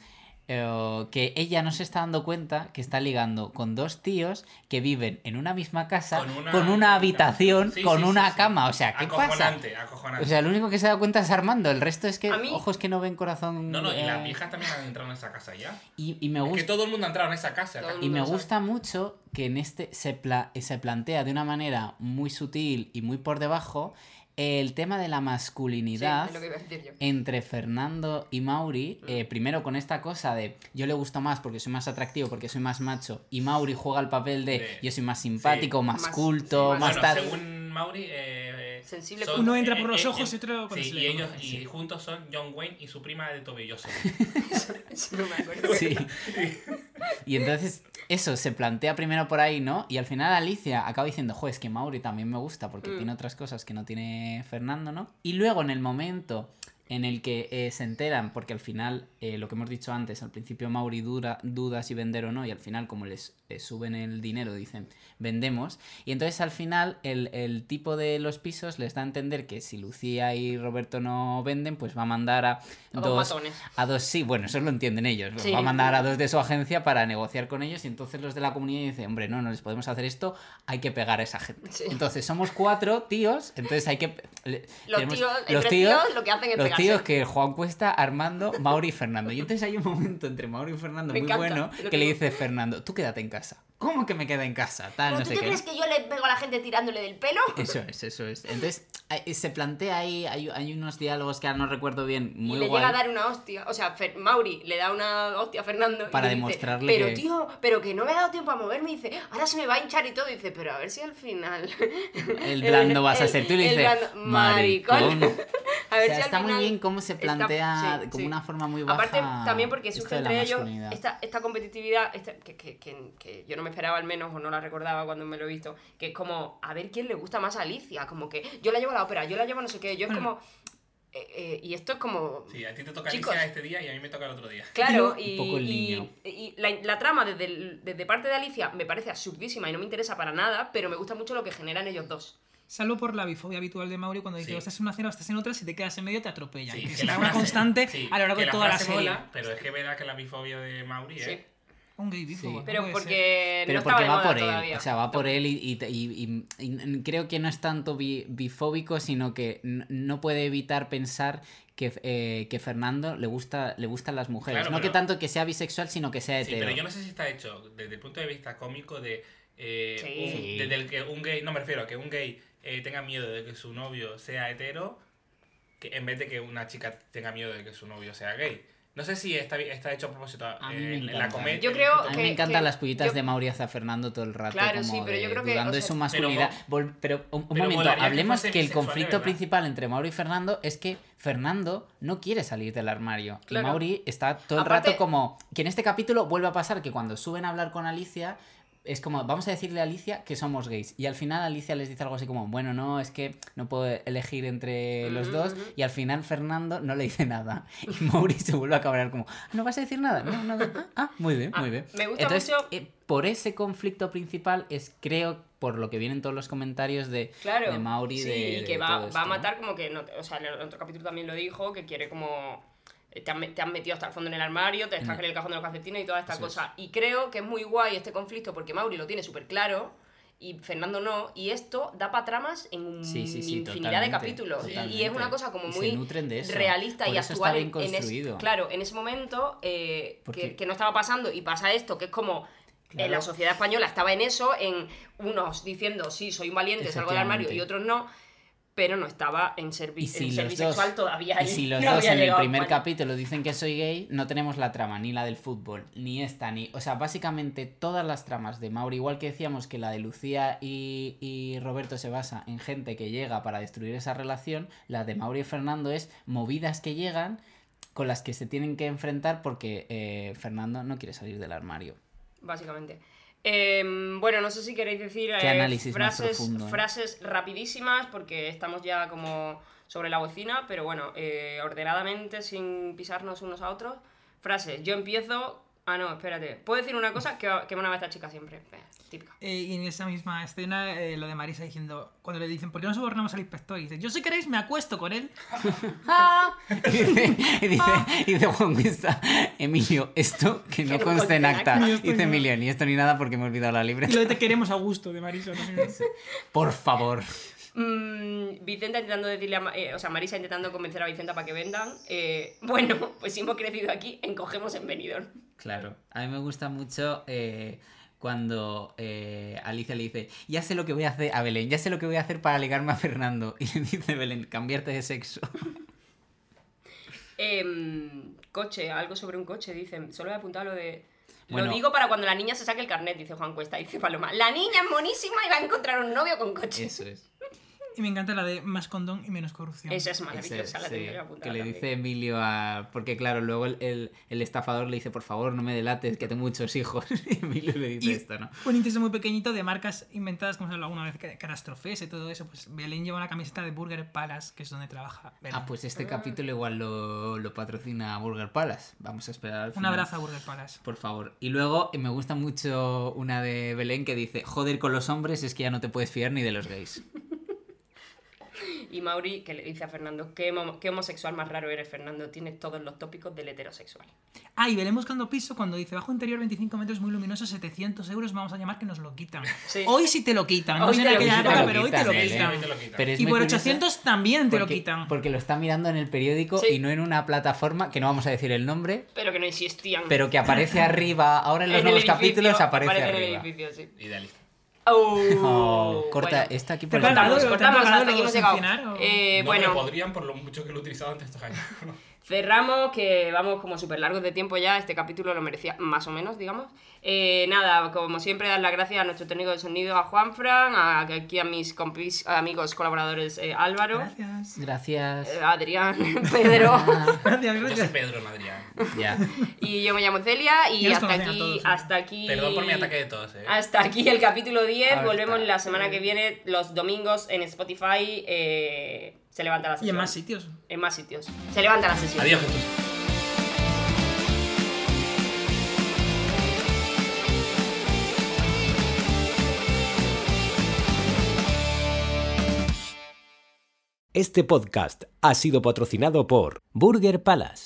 Speaker 4: eh, que ella no se está dando cuenta que está ligando con dos tíos que viven en una misma casa, con
Speaker 3: Con
Speaker 4: una,
Speaker 3: una-
Speaker 4: habitación,
Speaker 3: Sí,
Speaker 4: con
Speaker 3: sí, sí,
Speaker 4: una
Speaker 3: sí.
Speaker 4: cama. O sea, ¿qué pasa?
Speaker 3: acojonante, acojonante.
Speaker 4: O sea, el único que se da cuenta es Armando, el resto es que
Speaker 1: A mí-
Speaker 4: ojos que no ven corazón.
Speaker 3: no, no, y las
Speaker 4: eh,
Speaker 3: viejas también han entrado en esa casa ya.
Speaker 4: y- y me
Speaker 3: Es
Speaker 4: gusta
Speaker 3: que todo el mundo ha entrado en esa casa.
Speaker 1: Todo el
Speaker 4: y me
Speaker 1: mundo lo
Speaker 4: gusta mucho que en este se, pla- se plantea de una manera muy sutil y muy por debajo el tema de la
Speaker 1: Sí,
Speaker 4: masculinidad
Speaker 1: es lo que iba a decir Mm. yo.
Speaker 4: entre Fernando y Mauri, eh, primero con esta cosa de yo le gusto más porque soy más atractivo, porque soy más macho, y Mauri juega el papel de
Speaker 3: De-
Speaker 4: yo soy más simpático, más,
Speaker 1: Más-
Speaker 4: culto,
Speaker 1: sí,
Speaker 4: más
Speaker 1: bueno,
Speaker 4: tal.
Speaker 3: Según Mauri, eh, eh,
Speaker 1: Sensible
Speaker 3: son-
Speaker 7: Uno entra por los ojos y
Speaker 3: eh,
Speaker 7: otro por
Speaker 3: sí,
Speaker 7: el
Speaker 3: y ellos
Speaker 7: cerebro.
Speaker 3: y juntos son John Wayne y su prima de Tobilloso.
Speaker 1: Eso no me acuerdo.
Speaker 4: Sí. Y entonces eso se plantea primero por ahí, ¿no? Y al final Alicia acaba diciendo, joder, es que Mauri también me gusta porque
Speaker 1: Mm.
Speaker 4: tiene otras cosas que no tiene Fernando, ¿no? Y luego en el momento en el que eh, se enteran, porque al final, eh, lo que hemos dicho antes, al principio Mauri dura, duda si vender o no, y al final como les, eh, suben el dinero, dicen, vendemos. Y entonces al final el, el tipo de los pisos les da a entender que si Lucía y Roberto no venden, pues va a mandar a
Speaker 1: A dos
Speaker 4: dos,
Speaker 1: matones.
Speaker 4: a dos, sí, bueno, eso lo entienden ellos.
Speaker 1: Sí.
Speaker 4: Va a mandar a dos de su agencia para negociar con ellos y entonces los de la comunidad dicen, hombre, no, no les podemos hacer esto, hay que pegar a esa gente.
Speaker 1: Sí.
Speaker 4: Entonces somos cuatro tíos, entonces hay que... le-
Speaker 1: Los
Speaker 4: tenemos-
Speaker 1: tíos, entre
Speaker 4: los
Speaker 1: tíos, lo que hacen es
Speaker 4: los
Speaker 1: pegarse.
Speaker 4: tíos que Juan Cuesta, Armando, Mauri y Fernando. Y entonces hay un momento entre Mauri y Fernando
Speaker 1: Me
Speaker 4: muy
Speaker 1: encanta,
Speaker 4: bueno
Speaker 1: lo
Speaker 4: que le
Speaker 1: que-
Speaker 4: dice Fernando, tú quédate en casa. ¿Cómo que me queda en casa? Tal,
Speaker 1: ¿Pero
Speaker 4: no
Speaker 1: tú
Speaker 4: sé
Speaker 1: te
Speaker 4: qué.
Speaker 1: crees que yo le pego a la gente tirándole del pelo?
Speaker 4: Eso es, eso es. Entonces hay- se plantea ahí, hay, hay unos diálogos que ahora no recuerdo bien, muy
Speaker 1: y le
Speaker 4: guay.
Speaker 1: llega a dar una hostia. O sea, Fer- Mauri le da una hostia a Fernando. y
Speaker 4: Para
Speaker 1: le dice,
Speaker 4: demostrarle
Speaker 1: Pero
Speaker 4: que-
Speaker 1: tío, pero que no me ha dado tiempo a moverme. Y dice, ahora se me va a hinchar y todo. Y dice, pero a ver si al final.
Speaker 4: El blando vas a
Speaker 1: el-
Speaker 4: ser tú. Y le
Speaker 1: el
Speaker 4: dice,
Speaker 1: blando-
Speaker 4: maricón.
Speaker 1: maricón. A ver
Speaker 4: O sea,
Speaker 1: si al
Speaker 4: está muy
Speaker 1: final
Speaker 4: bien cómo se
Speaker 1: está-
Speaker 4: plantea
Speaker 1: sí,
Speaker 4: como
Speaker 1: sí.
Speaker 4: una forma muy baja.
Speaker 1: Aparte, también porque
Speaker 4: esto
Speaker 1: surge
Speaker 4: de la
Speaker 1: entre ellos
Speaker 4: masculinidad.
Speaker 1: esta, esta competitividad esta- que, que- que- que yo no me esperaba al menos o no la recordaba cuando me lo he visto, que es como a ver quién le gusta más a Alicia, como que yo la llevo a la ópera, yo la llevo a no sé qué, yo es como... eh, eh, y esto es como...
Speaker 3: Sí, a ti te toca
Speaker 1: Chicos.
Speaker 3: Alicia este día y a mí me toca el otro día.
Speaker 1: Claro,
Speaker 4: Un
Speaker 1: y,
Speaker 4: poco el
Speaker 1: y-
Speaker 4: niño.
Speaker 1: y la, la trama desde, el- desde parte de Alicia me parece absurdísima y no me interesa para nada, pero me gusta mucho lo que generan ellos dos.
Speaker 7: Salvo por la bifobia habitual de Mauri cuando dice,
Speaker 3: Sí.
Speaker 7: o estás en una cena o estás en otra, si te quedas en medio te atropellan.
Speaker 3: Sí,
Speaker 7: que
Speaker 3: que
Speaker 7: es
Speaker 3: la
Speaker 7: una
Speaker 3: frase-
Speaker 7: constante
Speaker 3: sí,
Speaker 7: a lo largo
Speaker 3: que
Speaker 7: de toda la
Speaker 3: frase
Speaker 7: serie.
Speaker 3: mola, pero es que verás que la bifobia de Mauri ¿eh? es.
Speaker 1: Sí.
Speaker 7: Un gay bífobo. no
Speaker 1: Pero
Speaker 7: puede ser.
Speaker 1: porque...
Speaker 4: Pero
Speaker 1: no
Speaker 4: porque
Speaker 1: estaba de moda
Speaker 4: va por él,
Speaker 1: todavía.
Speaker 4: o sea, va por él y, y- y- y- y creo que no es tanto bi- bifóbico, sino que n- no puede evitar pensar que, eh, que Fernando le gusta le gustan las mujeres.
Speaker 3: Claro,
Speaker 4: no
Speaker 3: pero-
Speaker 4: que tanto que sea bisexual, sino que sea
Speaker 3: Sí,
Speaker 4: hetero.
Speaker 3: pero yo no sé si está hecho desde el punto de vista cómico de. eh,
Speaker 1: Sí.
Speaker 3: un-
Speaker 4: Sí.
Speaker 3: desde el que un gay. No me refiero a que un gay eh, tenga miedo de que su novio sea hetero, que, en vez de que una chica tenga miedo de que su novio sea gay. No sé si está, está hecho a propósito
Speaker 4: A
Speaker 3: eh,
Speaker 4: mí me
Speaker 3: en la
Speaker 4: encanta.
Speaker 3: comedia.
Speaker 1: Yo creo
Speaker 4: A mí
Speaker 1: que-
Speaker 4: me encantan
Speaker 1: que
Speaker 4: las pullitas
Speaker 1: yo-
Speaker 4: de Mauri hacia Fernando todo el rato.
Speaker 1: Claro,
Speaker 4: como
Speaker 1: sí, pero yo
Speaker 4: de
Speaker 1: creo que,
Speaker 4: Dudando
Speaker 1: o
Speaker 4: de
Speaker 1: sea,
Speaker 4: su masculinidad. Vol- Pero, un, un
Speaker 3: pero
Speaker 4: momento,
Speaker 3: molaría que
Speaker 4: hablemos que,
Speaker 3: fuese
Speaker 4: el
Speaker 3: bisexual de
Speaker 4: conflicto
Speaker 3: verdad.
Speaker 4: principal entre Mauri y Fernando es que Fernando no quiere salir del armario.
Speaker 1: Claro.
Speaker 4: Y Mauri está todo el
Speaker 1: Aparte-
Speaker 4: rato como. Que en este capítulo vuelve a pasar que cuando suben a hablar con Alicia. Es como, vamos a decirle a Alicia que somos gays. Y al final Alicia les dice algo así como, bueno, no, es que no puedo elegir entre los
Speaker 1: Ujú,
Speaker 4: dos.
Speaker 1: ujú.
Speaker 4: Y al final Fernando no le dice nada. Y Mauri se vuelve a cabrear como, "Ah, ¿no vas a decir nada? No, no, ah, ah, muy bien,
Speaker 1: Ah,
Speaker 4: muy bien.
Speaker 1: me gusta
Speaker 4: Entonces,
Speaker 1: mucho-
Speaker 4: eh, por ese conflicto principal es, creo, por lo que vienen todos los comentarios de,
Speaker 1: Claro.
Speaker 4: de Mauri.
Speaker 1: sí,
Speaker 4: de,
Speaker 1: y
Speaker 4: de
Speaker 1: que va,
Speaker 4: todo esto,
Speaker 1: va a
Speaker 4: ¿no?
Speaker 1: matar como que... No, o sea, en el otro capítulo también lo dijo, que quiere como... eh, Te han, me- te han metido hasta el fondo en el armario, te estás en el cajón de los calcetines y toda esta
Speaker 4: Eso Mm. es.
Speaker 1: cosa. Y creo que es muy guay este conflicto porque Mauri lo tiene súper claro y Fernando no. Y esto da para tramas en un-
Speaker 4: Sí, sí, sí,
Speaker 1: infinidad de
Speaker 4: totalmente,
Speaker 1: capítulos. Y- Y es
Speaker 4: totalmente.
Speaker 1: una cosa como
Speaker 4: Y se
Speaker 1: muy
Speaker 4: nutren de eso.
Speaker 1: realista
Speaker 4: Por
Speaker 1: y
Speaker 4: eso está
Speaker 1: actual.
Speaker 4: bien
Speaker 1: en- en es-
Speaker 4: construido.
Speaker 1: claro, en ese momento eh,
Speaker 4: Porque-
Speaker 1: que, que no estaba pasando y pasa esto, que es como...
Speaker 4: Claro.
Speaker 1: En la sociedad española estaba en eso, en unos diciendo, sí, soy un valiente, salgo del armario, y
Speaker 4: Efectivamente.
Speaker 1: otros no pero no estaba en ser, bi-
Speaker 4: Y
Speaker 1: en
Speaker 4: si,
Speaker 1: ser
Speaker 4: los
Speaker 1: bisexual
Speaker 4: dos,
Speaker 1: todavía.
Speaker 4: y
Speaker 1: ahí
Speaker 4: si los
Speaker 1: no
Speaker 4: dos
Speaker 1: había
Speaker 4: en el
Speaker 1: llegado
Speaker 4: primer
Speaker 1: España.
Speaker 4: capítulo dicen que soy gay, no tenemos la trama, ni la del fútbol, ni esta, ni... O sea, básicamente todas las tramas de Mauri, igual que decíamos que la de Lucía y, y Roberto se basa en gente que llega para destruir esa relación, la de Mauri y Fernando es movidas que llegan con las que se tienen que enfrentar porque eh, Fernando no quiere salir del armario.
Speaker 1: Básicamente. Em, bueno, no sé si queréis decir
Speaker 4: Qué
Speaker 1: eh,
Speaker 4: análisis más
Speaker 1: frases,
Speaker 4: profundo, ¿eh?
Speaker 1: frases rapidísimas, porque estamos ya como sobre la bocina, pero bueno, eh, ordenadamente, sin pisarnos unos a otros. Frases. Yo empiezo... Ah, no, espérate. Puedo decir una cosa que, que me la va esta chica siempre. Venga, Típica.
Speaker 7: Eh, y en esa misma escena, eh, la de Marisa diciendo, cuando le dicen, ¿por qué no sobornamos al inspector? Y dice, yo si queréis me acuesto con él.
Speaker 4: Y dice, y dice- y dice Juan Cuesta, Emilio, esto que no conste en acta.
Speaker 7: Ni esto
Speaker 4: Dice
Speaker 7: ni-
Speaker 4: Emilio, ni esto ni nada porque me he olvidado la
Speaker 7: Y lo
Speaker 4: libreta.
Speaker 7: de te queremos a gusto de Marisa. también.
Speaker 4: Por favor.
Speaker 1: Mm, Vicenta intentando decirle a Ma- eh, o sea, Marisa intentando convencer a Vicenta para que vendan. Eh, bueno, pues si hemos crecido aquí, encogemos en Benidorm.
Speaker 4: Claro. A mí me gusta mucho eh, cuando eh, Alicia le dice, ya sé lo que voy a hacer a Belén, ya sé lo que voy a hacer para ligarme a Fernando. Y le dice Belén, cambiarte de sexo.
Speaker 1: Em, coche, algo sobre un coche, dicen. Solo he apuntado lo de.
Speaker 4: Bueno.
Speaker 1: Lo digo para cuando la niña se saque el carnet, dice Juan Cuesta, dice Paloma. La niña es monísima y va a encontrar un novio con coche.
Speaker 4: Eso es.
Speaker 7: Y me encanta la de más condón y menos corrupción.
Speaker 1: Esa es
Speaker 4: Ese,
Speaker 1: maravillosa, la
Speaker 4: sí,
Speaker 1: tenía que apuntar.
Speaker 4: que le dice Emilio a... Porque claro, luego el, el- el estafador le dice, por favor, no me delates, que tengo muchos hijos. Y Emilio le dice
Speaker 7: Y
Speaker 4: esto, ¿no?
Speaker 7: un inciso muy pequeñito de marcas inventadas, como se habló alguna vez, que- Catástrofes y todo eso. Pues Belén lleva una camiseta de Burger Palace, que es donde trabaja Belén.
Speaker 4: Ah, pues este capítulo igual lo, lo patrocina Burger Palace. Vamos a esperar al
Speaker 7: un
Speaker 4: final.
Speaker 7: abrazo a Burger Palace.
Speaker 4: Por favor. Y luego eh, me gusta mucho una de Belén que dice, joder con los hombres es que ya no te puedes fiar ni de los gays.
Speaker 1: Y Mauri, que le dice a Fernando, ¿qué, homo- qué homosexual más raro eres, Fernando? Tienes todos los tópicos del heterosexual.
Speaker 7: Ah, y Belén buscando piso cuando dice bajo interior 25 metros muy luminoso, 700 euros, vamos a llamar que nos lo quitan.
Speaker 1: Sí.
Speaker 7: Hoy sí te lo quitan, no
Speaker 1: Hoy
Speaker 7: sé en
Speaker 1: te lo
Speaker 7: aquella
Speaker 1: quitan.
Speaker 7: época,
Speaker 1: Te lo
Speaker 7: pero hoy te lo
Speaker 3: quitan,
Speaker 7: quitan. ¿eh?
Speaker 3: Belén, hoy te lo quitan.
Speaker 4: Pero ¿eh? es
Speaker 7: Y
Speaker 4: muy
Speaker 7: por
Speaker 4: curioso
Speaker 7: 800 también te
Speaker 4: porque-
Speaker 7: lo quitan.
Speaker 4: Porque lo está mirando en el periódico
Speaker 1: Sí.
Speaker 4: y no en una plataforma que no vamos a decir el nombre,
Speaker 1: Pero que no insistían.
Speaker 4: pero que aparece arriba. Ahora en los
Speaker 1: el
Speaker 4: nuevos
Speaker 1: edificio,
Speaker 4: capítulos aparece,
Speaker 1: en el
Speaker 4: arriba.
Speaker 1: edificio, sí.
Speaker 3: Idealista.
Speaker 1: Oh,
Speaker 4: Oh, corta,
Speaker 1: bueno.
Speaker 4: está aquí
Speaker 7: Te
Speaker 4: por
Speaker 1: Cortamos,
Speaker 7: Pero
Speaker 1: cortamos,
Speaker 7: claro,
Speaker 1: hasta
Speaker 7: ¿te han
Speaker 1: aquí
Speaker 7: pagado
Speaker 1: hemos
Speaker 7: sin
Speaker 1: llegado.
Speaker 7: cenar o-
Speaker 1: Eh,
Speaker 3: no,
Speaker 1: bueno,
Speaker 3: pero podrían por lo mucho que lo he utilizado antes estos años.
Speaker 1: cerramos, que vamos como súper largos de tiempo ya. Este capítulo lo merecía más o menos, digamos. Eh, nada, como siempre, dar las gracias a nuestro técnico de sonido, a Juanfran, a, aquí a mis compis- amigos colaboradores eh, Álvaro,
Speaker 7: Gracias.
Speaker 4: Gracias.
Speaker 1: eh, Adrián, Pedro.
Speaker 7: Gracias,
Speaker 3: Yo soy
Speaker 7: gracias.
Speaker 3: Pedro Madrián.
Speaker 4: Ya.
Speaker 1: Y yo me llamo Celia y
Speaker 7: Ya nos
Speaker 1: hasta
Speaker 7: conocen a
Speaker 1: aquí,
Speaker 7: todos, ¿eh?
Speaker 1: hasta aquí.
Speaker 3: Perdón por mi ataque de tos, eh.
Speaker 1: Hasta aquí el capítulo 10.
Speaker 4: Ahora
Speaker 1: Volvemos
Speaker 4: está.
Speaker 1: la semana que viene, los domingos en Spotify. eh, se levanta la sesión.
Speaker 7: Y en más sitios.
Speaker 1: En más sitios. Se levanta la sesión.
Speaker 3: Adiós, Jesús.
Speaker 2: Este podcast ha sido patrocinado por Burger Palace.